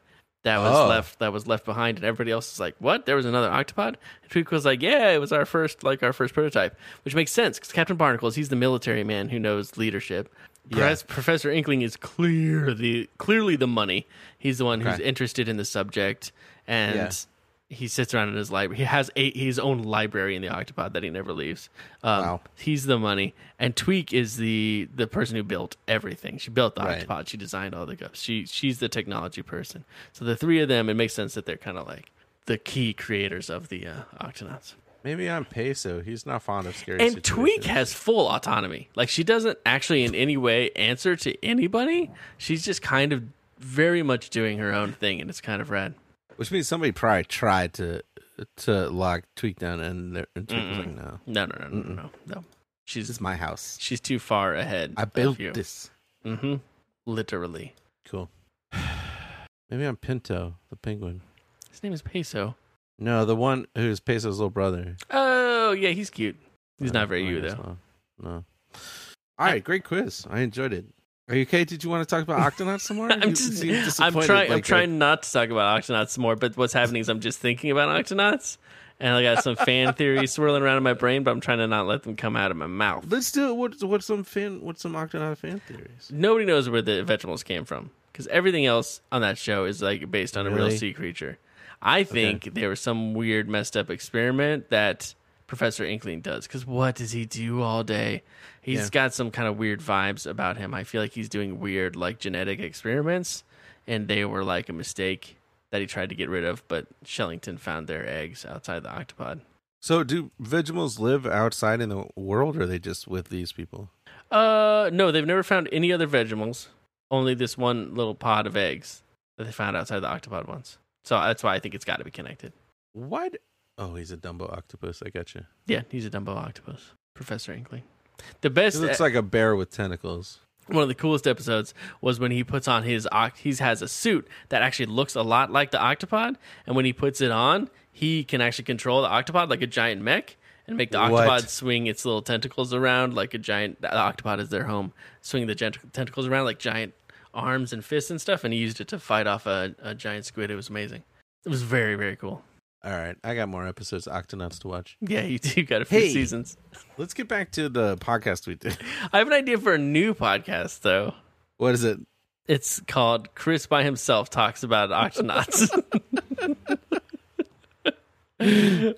B: that was
C: Oh.
B: left that was left behind, and everybody else is like, "What? There was another octopod?" And Tweak was like, "Yeah, it was our first, like our first prototype," which makes sense because Captain Barnacles, he's the military man who knows leadership. Pres- Professor Inkling is clear the clearly the money. He's the one who's
C: Okay.
B: interested in the subject and
C: Yeah.
B: he sits around in his library. He has a, his own library in the Octopod that he never leaves. Um,
C: Wow.
B: He's the money, and Tweak is the the person who built everything. She built the
C: Right.
B: Octopod. She designed all the gups. She she's the technology person. So the three of them, it makes sense that they're kind of like the key creators of the uh, Octonauts.
C: Maybe I'm Peso. He's not fond of scary
B: And Tweak
C: situations.
B: has full autonomy. Like she doesn't actually in any way answer to anybody. She's just kind of very much doing her own thing, and it's kind of rad.
C: Which means somebody probably tried to to lock Tweak down, and, they're- and Tweak was like, "No,
B: No, no, no, no, no, no, no.
C: this
B: She's
C: is my house.
B: She's too far ahead.
C: I built this."
B: Mm-hmm. Literally.
C: Cool. Maybe I'm Pinto, the penguin.
B: His name is Peso.
C: No, the one who's Peso's little brother.
B: Oh yeah, he's cute. He's
C: No,
B: not very
C: I
B: you
C: guess
B: though.
C: not. No. All right, great quiz. I enjoyed it. Are you okay? Did you want to talk about Octonauts some more?
B: I'm
C: You
B: just.
C: seem
B: I'm
C: disappointed,
B: trying. I'm
C: like,
B: trying not to talk about Octonauts some more. But what's happening is I'm just thinking about Octonauts, and I got some fan theories swirling around in my brain. But I'm trying to not let them come out of my mouth.
C: Let's do what. What's some fan? What's some Octonaut fan theories?
B: Nobody knows where the vegetables came from because everything else on that show is like based on a real
C: Really?
B: sea creature. I think there was some weird messed up experiment that Professor Inkling does. Because what does he do all day? He's
C: Yeah.
B: got some kind of weird vibes about him. I feel like he's doing weird like genetic experiments, and they were like a mistake that he tried to get rid of. But Shellington found their eggs outside the octopod.
C: So, do Vegemals live outside in the world, or are they just with these people?
B: Uh, no, they've never found any other Vegemals. Only this one little pod of eggs that they found outside the octopod once. So that's why I think it's got to be connected.
C: Why? d- oh, he's a Dumbo octopus. I got you.
B: Yeah, he's a Dumbo octopus, Professor Inkling. The best,
C: He looks like a bear with tentacles.
B: one of the coolest episodes was when he puts on his oct. He has a suit that actually looks a lot like the octopod, and when he puts it on, he can actually control the octopod like a giant mech and make the
C: What?
B: octopod swing its little tentacles around like a giant. The octopod is their home, swing the gent- tentacles around like giant arms and fists and stuff. And he used it to fight off a, a giant squid. It was amazing. It was very very cool.
C: All right, I got more episodes of Octonauts to watch.
B: Yeah, you, you got a few
C: Hey.
B: seasons.
C: Let's get back to the podcast we did.
B: I have an idea for a new podcast though.
C: What is it?
B: It's called Chris by himself talks about octonauts.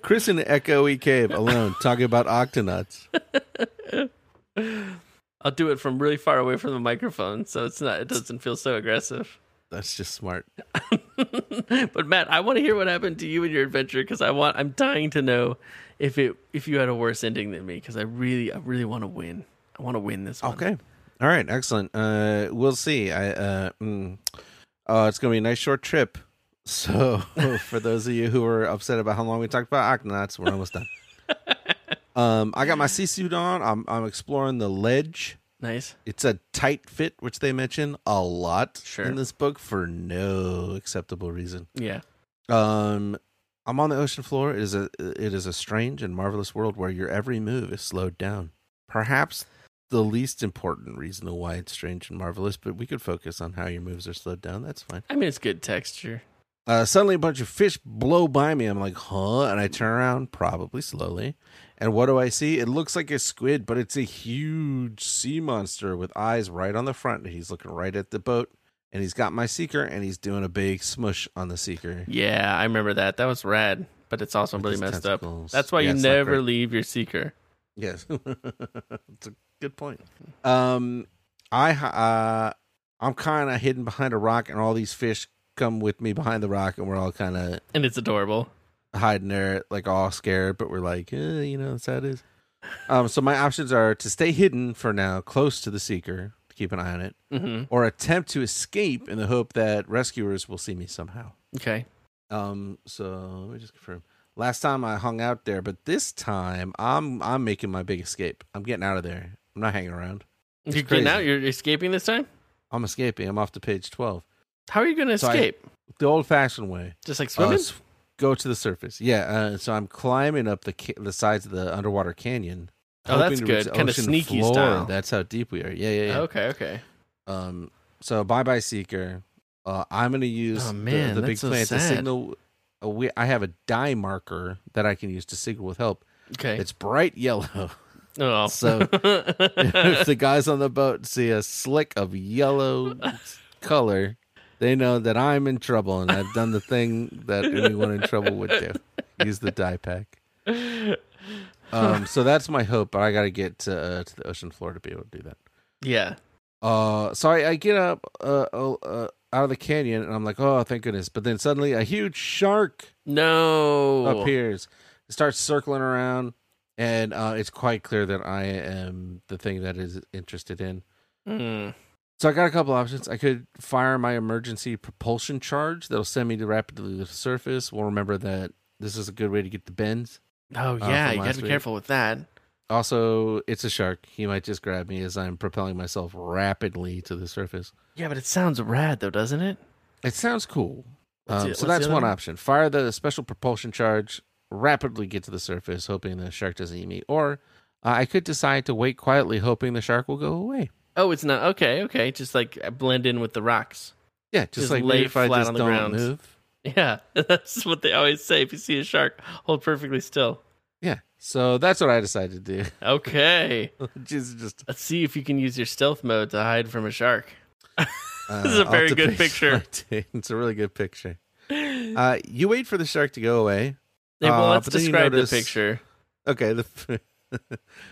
C: Chris in Echoey Cave alone talking about Octonauts.
B: I'll do it from really far away from the microphone, so it's not it doesn't feel so aggressive.
C: That's just smart.
B: But Matt, I want to hear what happened to you and your adventure because I want I'm dying to know if it if you had a worse ending than me because I really I really want to win. I want to win this one.
C: Okay. All right. Excellent. Uh, we'll see. I. Uh, mm, oh, it's gonna be a nice short trip. So, for those of you who were upset about how long we talked about Octonauts, we're almost done. um, I got my sea suit on. I'm I'm exploring the ledge.
B: Nice.
C: It's a tight fit, which they mention a lot
B: Sure.
C: in this book for no acceptable reason.
B: Yeah.
C: Um, I'm on the ocean floor. It is a it is a strange and marvelous world where your every move is slowed down. Perhaps the least important reason of why it's strange and marvelous, but we could focus on how your moves are slowed down. That's fine.
B: I mean it's good texture.
C: Uh, suddenly, a bunch of fish blow by me. I'm like, huh? And I turn around, probably slowly. And what do I see? It looks like a squid, but it's a huge sea monster with eyes right on the front. And he's looking right at the boat. And he's got my seeker, and he's doing a big smush on the seeker.
B: Yeah, I remember that. That was rad, but it's also
C: With
B: really
C: his
B: messed
C: tentacles.
B: up. That's why
C: Yeah,
B: you
C: it's not
B: never
C: great.
B: leave your seeker.
C: Yes, it's a good point. Um, I uh, I'm kind of hidden behind a rock, and all these fish come with me behind the rock, and we're all kind of
B: And it's adorable.
C: hiding there, like all scared, but we're like, eh, you know, that's how it is. Um, so my options are to stay hidden for now, close to the seeker, to keep an eye on it,
B: hmm
C: or attempt to escape in the hope that rescuers will see me somehow.
B: Okay.
C: Um, so let me just confirm. Last time I hung out there, but this time I'm I'm making my big escape. I'm getting out of there. I'm not hanging around.
B: You're getting
C: crazy.
B: out, you're escaping this time?
C: I'm escaping. I'm off to page twelve,
B: How are you gonna
C: So I-
B: escape?
C: the old-fashioned way.
B: Just like
C: Uh,
B: swimming?
C: s- go to the surface. Yeah. Uh, so I'm climbing up the ca- the sides of the underwater canyon.
B: Oh, that's
C: hoping to reach
B: good.
C: the
B: Kinda
C: ocean
B: sneaky
C: floor.
B: style.
C: That's how deep we are. Yeah, yeah, yeah.
B: Okay, okay.
C: Um. So bye, bye, seeker. Uh, I'm gonna use
B: Oh,
C: the-
B: man,
C: the,
B: that's
C: big
B: so
C: plant
B: sad.
C: to signal. A we- I have a die marker that I can use to signal with help.
B: Okay.
C: It's bright yellow.
B: oh.
C: So if the guys on the boat see a slick of yellow color, they know that I'm in trouble and I've done the thing that anyone in trouble would do. Use the die pack. Um, so that's my hope, but I got to get to, uh, to the ocean floor to be able to do that.
B: yeah.
C: Uh, so I, I get up uh, uh, uh, out of the canyon and I'm like, oh, thank goodness. But then suddenly a huge shark
B: No.
C: appears. It starts circling around, and uh, it's quite clear that I am the thing that is interested in.
B: Mm.
C: So I got a couple options. I could fire my emergency propulsion charge that'll send me to rapidly to the surface. We'll remember that this is a good way to get the bends.
B: Oh
C: from
B: yeah, you got
C: last
B: to be
C: week.
B: careful with that.
C: Also, it's a shark. He might just grab me as I'm propelling myself rapidly to the surface.
B: Yeah, but it sounds rad though, doesn't it?
C: It sounds cool.
B: What's
C: Um,
B: it- what's
C: so
B: the
C: that's
B: other
C: one
B: one?
C: option. Fire the special propulsion charge, rapidly get to the surface, hoping the shark doesn't eat me. Or uh, I could decide to wait quietly, hoping the shark will go away.
B: Oh, it's not okay. Okay, just like blend in with the rocks.
C: Yeah, just,
B: Just
C: like
B: lay
C: me if I
B: flat
C: just
B: on the
C: don't
B: ground.
C: move.
B: Yeah, that's what they always say. If you see a shark, hold perfectly still.
C: Yeah, so that's what I decided to do.
B: Okay,
C: just, just
B: let's see if you can use your stealth mode to hide from a shark.
G: Uh,
B: This is a very good
G: Octopus
B: picture.
G: Martin. It's a really good picture. Uh, you wait for the shark to go away.
B: Hey, well,
G: Uh,
B: let's
G: but then you
B: describe
G: notice-
B: the picture.
G: Okay, the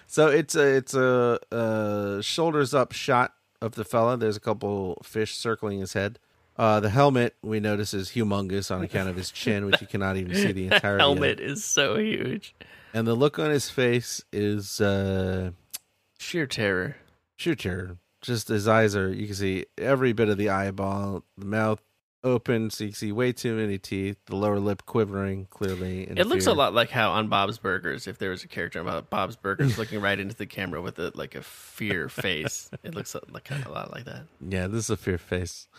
G: so it's a it's a, uh shoulders up shot of the fella. There's a couple fish circling his head. Uh, the helmet we notice is humongous on account of his chin, which you cannot even see the
B: The
G: entire
B: helmet is so huge.
G: And the look on his face is uh,
B: Sheer terror.
G: sheer terror. Just his eyes are you can see every bit of the eyeball, the mouth open, so you can see way too many teeth, the lower lip quivering clearly. in
B: It looks a
G: fear.
B: lot like how on Bob's Burgers, if there was a character on Bob's Burgers looking right into the camera with a, like a fear face, it looks a- like kind of a lot like that.
G: Yeah, this is a fear face.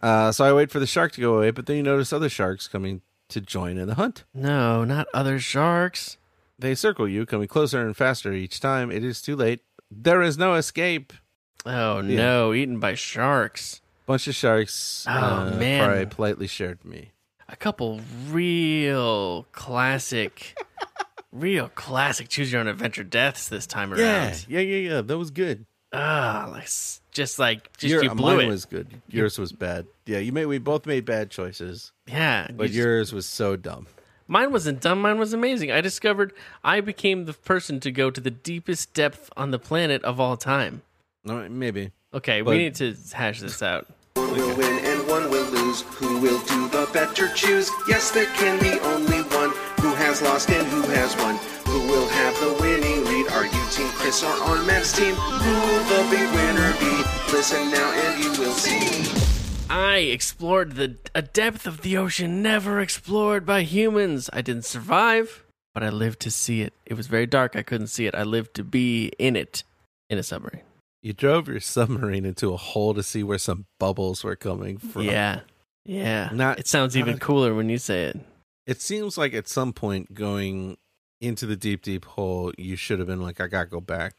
G: Uh, so I wait for the shark to go away, but then you notice other sharks coming to join in the hunt.
B: No, not other sharks.
G: They circle you, coming closer and faster each time. It is too late. There is no escape.
B: Oh no, eaten by sharks.
G: Bunch of sharks
B: Oh,
G: uh,
B: man.
G: probably politely shared me.
B: A couple real classic, real classic choose your own adventure deaths this time around.
G: yeah, yeah, yeah. That was good.
B: Ah, like s- just like just
G: Your-
B: you blew
G: mine
B: it.
G: was good. Yours was bad. Yeah, you made we both made bad choices,
B: yeah,
G: but
B: you just-
G: yours was so dumb.
B: Mine wasn't dumb. Mine was amazing. I discovered I became the person to go to the deepest depth on the planet of all time.
G: All right, maybe.
B: Okay,
G: But-
B: we need to hash this out.
H: One will win and one will lose. Who will do the better choose? Yes, there can be only one who has lost and who has won. Who will have the winning lead? Are you Team Chris or on Matt's team? Who will the big winner be? Listen now and you will see.
B: I explored the a depth of the ocean never explored by humans. I didn't survive, but I lived to see it. It was very dark. I couldn't see it. I lived to be in it in a submarine.
G: You drove your submarine into a hole to see where some bubbles were coming from.
B: Yeah. Yeah.
G: Not-
B: it sounds even
G: not-
B: cooler when you say it.
G: It seems like at some point going into the deep, deep hole, you should have been like, I gotta go back.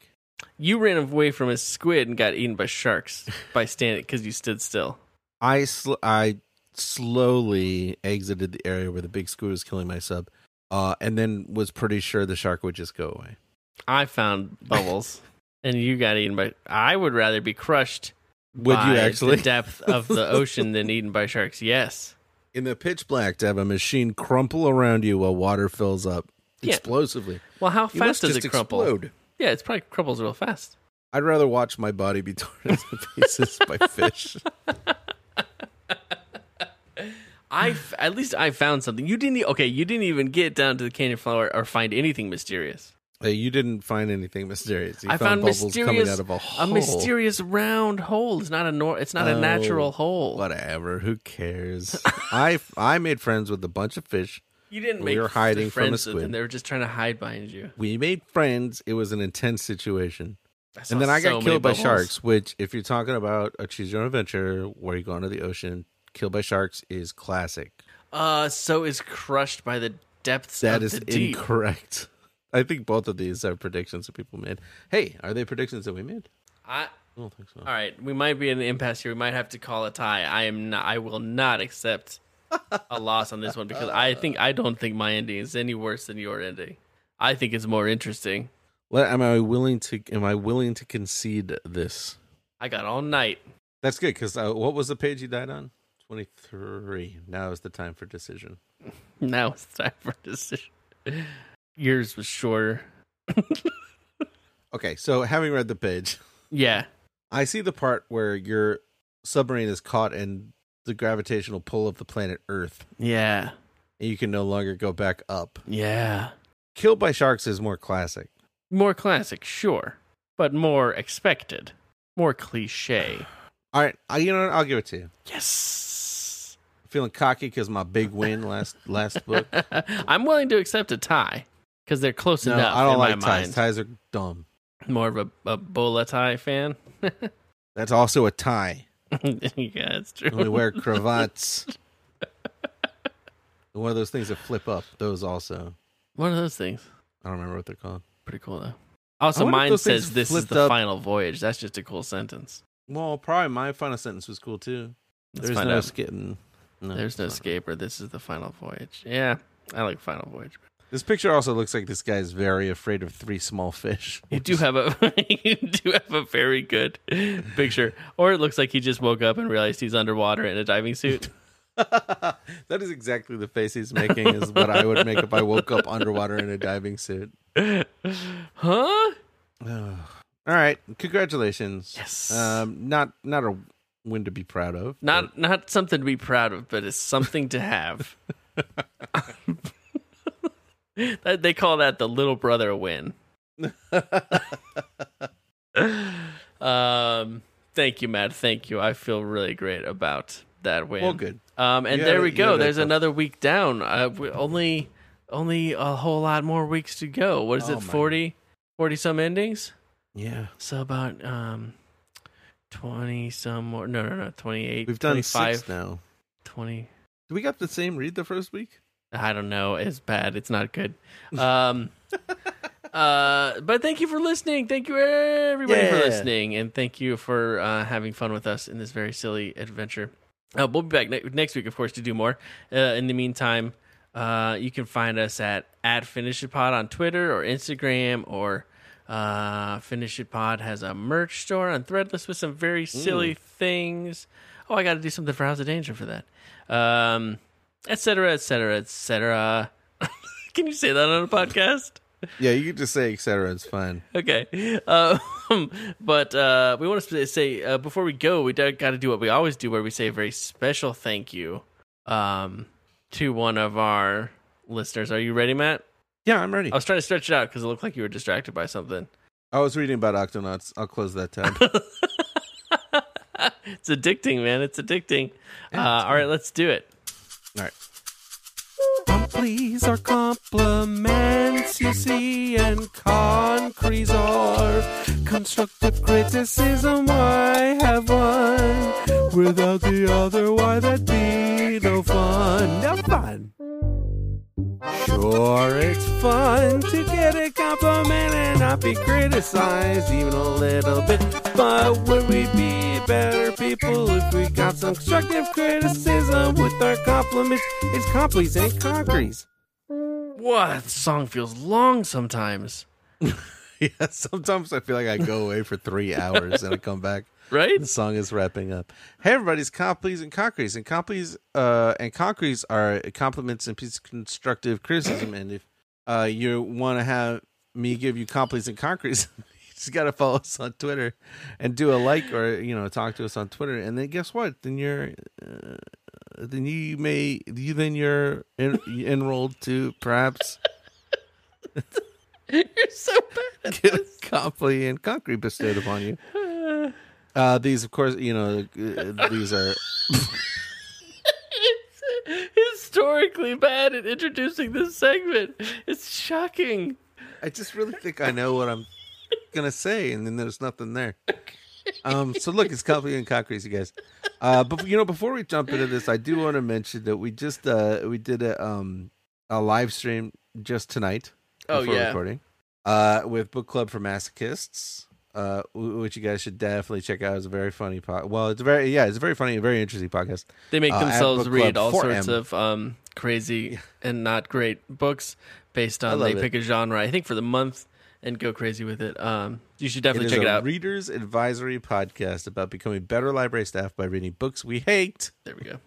B: You ran away from a squid and got eaten by sharks by standing because you stood still.
G: I sl- I slowly exited the area where the big squid was killing my sub, uh, and then was pretty sure the shark would just go away.
B: I found bubbles, and you got eaten by. I would rather be crushed.
G: Would
B: by
G: you actually?
B: the depth of the ocean than eaten by sharks? Yes.
G: In the pitch black, to have a machine crumple around you while water fills up
B: Yeah.
G: explosively.
B: Well, how
G: You
B: fast
G: must
B: does
G: just
B: it crumple?
G: explode.
B: Yeah, it's probably crumples real fast.
G: I'd rather watch my body be torn into pieces by fish.
B: I f- at least I found something. You didn't. e- Okay, you didn't even get down to the canyon floor or find anything mysterious.
G: Hey, you didn't find anything mysterious. You
B: I found,
G: bubbles
B: mysterious
G: coming out of a hole.
B: mysterious round hole. It's not a nor- It's not a
G: Oh,
B: natural hole.
G: Whatever. Who cares? I I made friends with a bunch of fish.
B: You didn't
G: We
B: make
G: were hiding from a
B: friends with them.
G: squid.
B: They were just trying to hide behind you.
G: We made friends. It was an intense situation.
B: saw
G: And then I
B: so
G: got
B: many
G: killed by
B: bubbles.
G: sharks, which, if you're talking about a choose your own adventure where you go into the ocean, killed by sharks is classic.
B: Uh, so is crushed by the depths
G: That
B: of
G: is
B: the deep.
G: incorrect. I think both of these are predictions that people made. Hey, are they predictions that we made?
B: I,
G: I don't think so.
B: all right, we might be in an impasse here. We might have to call a tie. I am not. I will not accept a loss on this one because I think I don't think my ending is any worse than your ending. I think it's more interesting.
G: Well, am I willing to? Am I willing to concede this?
B: I got all night.
G: That's good because uh, what was the page you died on? Twenty three. Now is the time for decision.
B: Now it's time for a decision. Yours was shorter.
G: Okay, so having read the page,
B: Yeah,
G: I see the part where your submarine is caught in the gravitational pull of the planet Earth,
B: yeah,
G: and you can no longer go back up.
B: yeah.
G: Killed by sharks is more classic.
B: More classic, sure, but more expected, more cliche.
G: All right, I, you know what? I'll give it to you.
B: Yes.
G: Feeling cocky because my big win last last book.
B: I'm willing to accept a tie because they're close
G: No,
B: enough.
G: I don't
B: in
G: like
B: my
G: ties.
B: Mind.
G: Ties are dumb.
B: More of a, a bola tie fan. yeah,
G: That's also a tie.
B: it's true.
G: And we wear cravats. One of those things that flip up. Those also.
B: One of those things.
G: I don't remember what they're called.
B: Pretty cool though. Also,
G: wonder if
B: mine
G: those things
B: says this is
G: flipped
B: the
G: up-
B: final voyage. That's just a cool sentence.
G: Well, probably my final sentence was cool too.
B: Let's
G: There's
B: find
G: no
B: out.
G: skidding.
B: There's no escape, or this is the final voyage. Yeah, I like final voyage.
G: This picture also looks like this guy's very afraid of three small fish.
B: You do have a you do have a very good picture, or it looks like he just woke up and realized he's underwater in a diving suit.
G: That is exactly the face he's making. Is what I would make if I woke up underwater in a diving suit.
B: Huh?
G: All right, congratulations.
B: Yes.
G: Um, not not a win to be proud of.
B: Not not something to be proud of, but it's something to have. That- they call that the little brother win. um, thank you, Matt. Thank you. I feel really great about that win.
G: Well, good.
B: Um, and
G: You had
B: there
G: it-
B: we
G: you
B: go.
G: had it
B: There's
G: tough.
B: another week down. Uh, we- only only a whole lot more weeks to go. What is
G: Oh,
B: it?
G: my.
B: 40, 40 some endings.
G: Yeah,
B: So about um, twenty some more. No, no, no. Twenty eight.
G: we've done
B: five.
G: six now.
B: Twenty.
G: Did we got the same read the first week?
B: I don't know. It's bad. It's not good. Um, uh, but thank you for listening. Thank you everybody for
G: Yeah.
B: listening, and thank you for uh, having fun with us in this very silly adventure. Uh, we'll be back ne- next week, of course, to do more. Uh, in the meantime, uh, you can find us at at Finish It Pod on Twitter or Instagram or. Uh, Finish It Pod has a merch store on Threadless with some very silly things. Oh, I got to do something for House of Danger for that. Um, et cetera, et cetera, et cetera. Can you say that on a podcast?
G: Yeah, you could just say etc. It's fine.
B: Okay. Um, but uh, we want to say uh, before we go, we got to do what we always do, where we say a very special thank you um, to one of our listeners. Are you ready, Matt?
G: Yeah, I'm ready.
B: I was trying to stretch it out because it looked like you were distracted by something.
G: I was reading about Octonauts. I'll close that tab.
B: It's addicting, man. It's addicting. uh, all right, let's do it.
G: All right. Please are compliments, you see, and concretes are constructive criticism. I have one without the other. Why that be no fun? No fun. Sure, it's fun to get a compliment and not be criticized even a little bit. But would we be better people if we got some constructive criticism with our compliments? It's complies and concretes.
B: What that song feels long sometimes,
G: Yeah, sometimes I feel like I go away for three hours and I come back.
B: right?
G: The song is wrapping up. Hey, everybody, it's Complies and Concretes. And Complies uh, and Concretes are compliments and piece of constructive criticism. And if uh, you want to have me give you Complies and Concretes, you just got to follow us on Twitter and do a like or, you know, talk to us on Twitter. And then guess what? Then you're. Uh, then you may you then you're en- enrolled to perhaps
B: You're so bad.
G: get a comply and concrete bestowed upon you. Uh, these, of course, you know, uh, these are
B: Historically bad at introducing this segment. It's shocking.
G: I just really think I know what I'm gonna say, and then there's nothing there. Um, so look, it's Coffee and Concrete, you guys. Uh, but you know, before we jump into this, I do want to mention that we just uh we did a um a live stream just tonight.
B: Oh,
G: before
B: yeah.
G: recording. Uh, with Book Club for Masochists. Uh, w- which you guys should definitely check out. It's a very funny pod. Well, it's a very yeah, it's a very funny, and very interesting podcast.
B: They make
G: Uh, at
B: themselves
G: Book
B: read
G: Club
B: all
G: 4M.
B: sorts of um, crazy and not great books based
G: I
B: on
G: love
B: they
G: it.
B: pick a genre. I think for the month and go crazy with it. Um, you should
G: It
B: definitely
G: is
B: check
G: a
B: it out.
G: readers advisory podcast about becoming better library staff by reading books we hate.
B: there we go.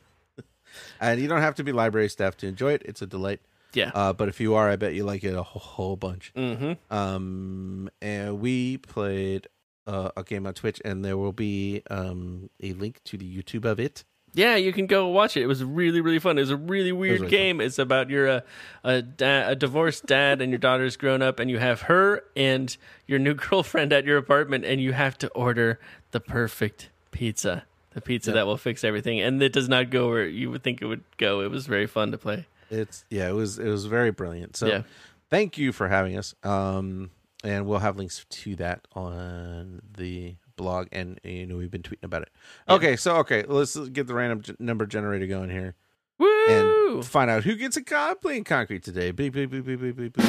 G: And you don't have to be library staff to enjoy it. It's a delight.
B: Yeah.
G: Uh, but if you are, I bet you like it a whole, whole bunch. Mm-hmm. Um, and we played uh, a game on Twitch, and there will be um, a link to the YouTube of it.
B: yeah, you can go watch it. It was really really fun. It was a really weird
G: really
B: game. It's about your uh, a da- a divorced dad and your daughter's grown up and you have her and your new girlfriend at your apartment and you have to order the perfect pizza. The pizza that will fix everything and it does not go where you would think it would go. It was very fun to play.
G: It's yeah, it was it was very brilliant. So
B: Yeah.
G: thank you for having us. Um, and we'll have links to that on the blog, and you know we've been tweeting about it. Okay, so okay, let's get the random g- number generator going here.
B: Woo!
G: and find out who gets a cod playing concrete today. Beep, beep, beep, beep, beep, beep, beep.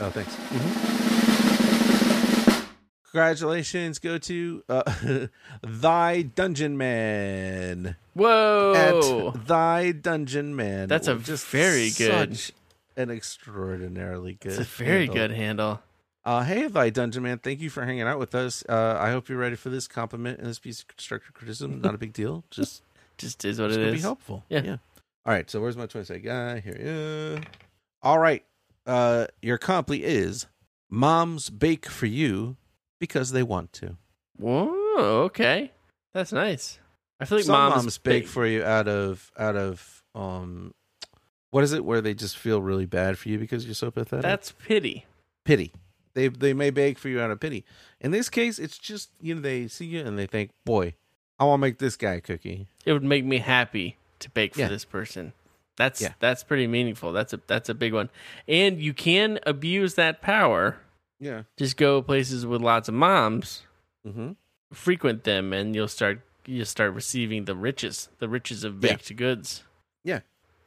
G: Oh, thanks. Congratulations go to uh, Thy Dungeon Man.
B: Whoa!
G: At Thy Dungeon Man.
B: That's a Oh. very good-
G: Such an extraordinarily good.
B: It's a very
G: handle.
B: good handle.
G: Uh, hey, thy dungeon man. Thank you for hanging out with us. Uh, I hope you're ready for this compliment and this piece of constructive criticism. Not a big deal. Just,
B: Just is what
G: just
B: it
G: gonna be
B: is.
G: helpful.
B: Yeah.
G: All right. So where's my twenty second guy? Here. Yeah. All right. Uh, your compli is moms bake for you because they want to.
B: Whoa, okay. That's nice. I feel like
G: Some
B: moms,
G: moms, bake for you out of out of um, what is it where they just feel really bad for you because you're so pathetic?
B: That's pity.
G: pity. They they may beg for you out of pity. In this case, it's just you know they see you and they think, boy, I want to make this guy a cookie.
B: It would make me happy to bake for
G: Yeah.
B: this person. That's
G: Yeah.
B: that's pretty meaningful. That's a that's a big one. And you can abuse that power.
G: Yeah.
B: Just go places with lots of moms,
G: Mm-hmm.
B: frequent them, and you'll start you'll start receiving the riches, the riches of
G: Yeah.
B: baked goods.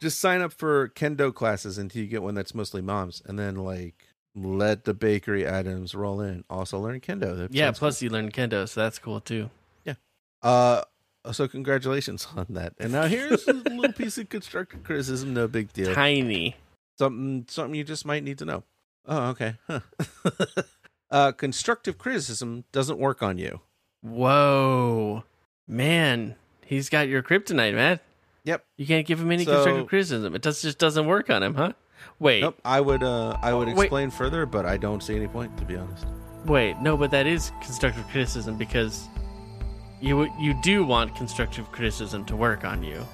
G: Just sign up for kendo classes until you get one that's mostly moms, and then like let the bakery items roll in. Also learn kendo. That
B: yeah,
G: sounds
B: plus you learn kendo, so that's cool too.
G: cool. uh. So congratulations on that. And now here's a little piece of constructive criticism. No big deal.
B: Tiny.
G: something something you just might need to know. Oh, okay. Huh. uh, constructive criticism doesn't work on you.
B: Whoa. Man, he's got your kryptonite, man.
G: Yep.
B: You can't give him any
G: So-
B: constructive criticism. It does, just doesn't work on him, huh? Wait,
G: Nope. I would uh I would
B: Wait.
G: explain further, but I don't see any point to be honest.
B: wait, no, but that is constructive criticism because you you do want constructive criticism to work on you.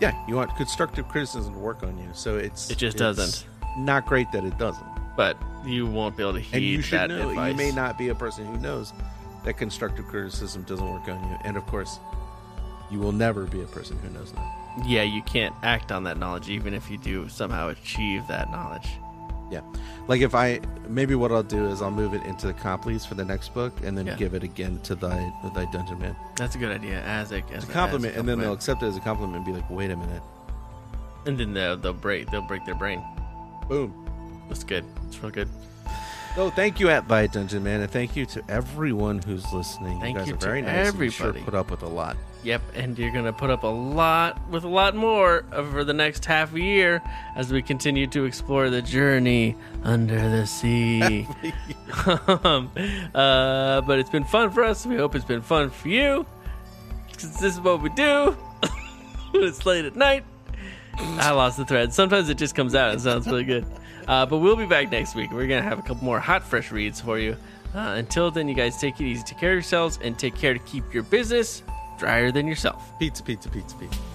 G: Yeah, you want constructive criticism to work on you, so it's
B: It just
G: it's
B: doesn't.
G: Not great that it doesn't.
B: but you won't be able to heed
G: And you should
B: that
G: know
B: advice.
G: you may not be a person who knows that constructive criticism doesn't work on you, and of course, you will never be a person who knows that.
B: Yeah, you can't act on that knowledge, even if you do somehow achieve that knowledge.
G: Yeah, like if I maybe what I'll do is I'll move it into the complies for the next book, and then
B: Yeah.
G: give it again to thy thy dungeon man.
B: That's a good idea. As a, as
G: It's a compliment, and then they'll accept it as a compliment and be like, "Wait a minute,
B: they'll and then they'll, they'll break they'll break their brain.
G: boom."
B: That's good. It's real good.
G: So thank you at By Dungeon Man, and thank you to everyone who's listening.
B: Thank
G: you guys
B: you
G: are
B: to
G: very nice. and you sure
B: everybody.
G: put up with a lot.
B: Yep, and you're gonna put up a lot with a lot more over the next half a year as we continue to explore the journey under the sea. um, uh, but it's been fun for us. We hope it's been fun for you. 'Cause this is what we do. it's late at night. I lost the thread. Sometimes it just comes out. It sounds really good. Uh, but we'll be back next week. We're going to have a couple more hot, fresh reads for you. Uh, until then, you guys take it easy. Take care of yourselves and take care to keep your business drier than yourself.
G: Pizza, pizza, pizza, pizza.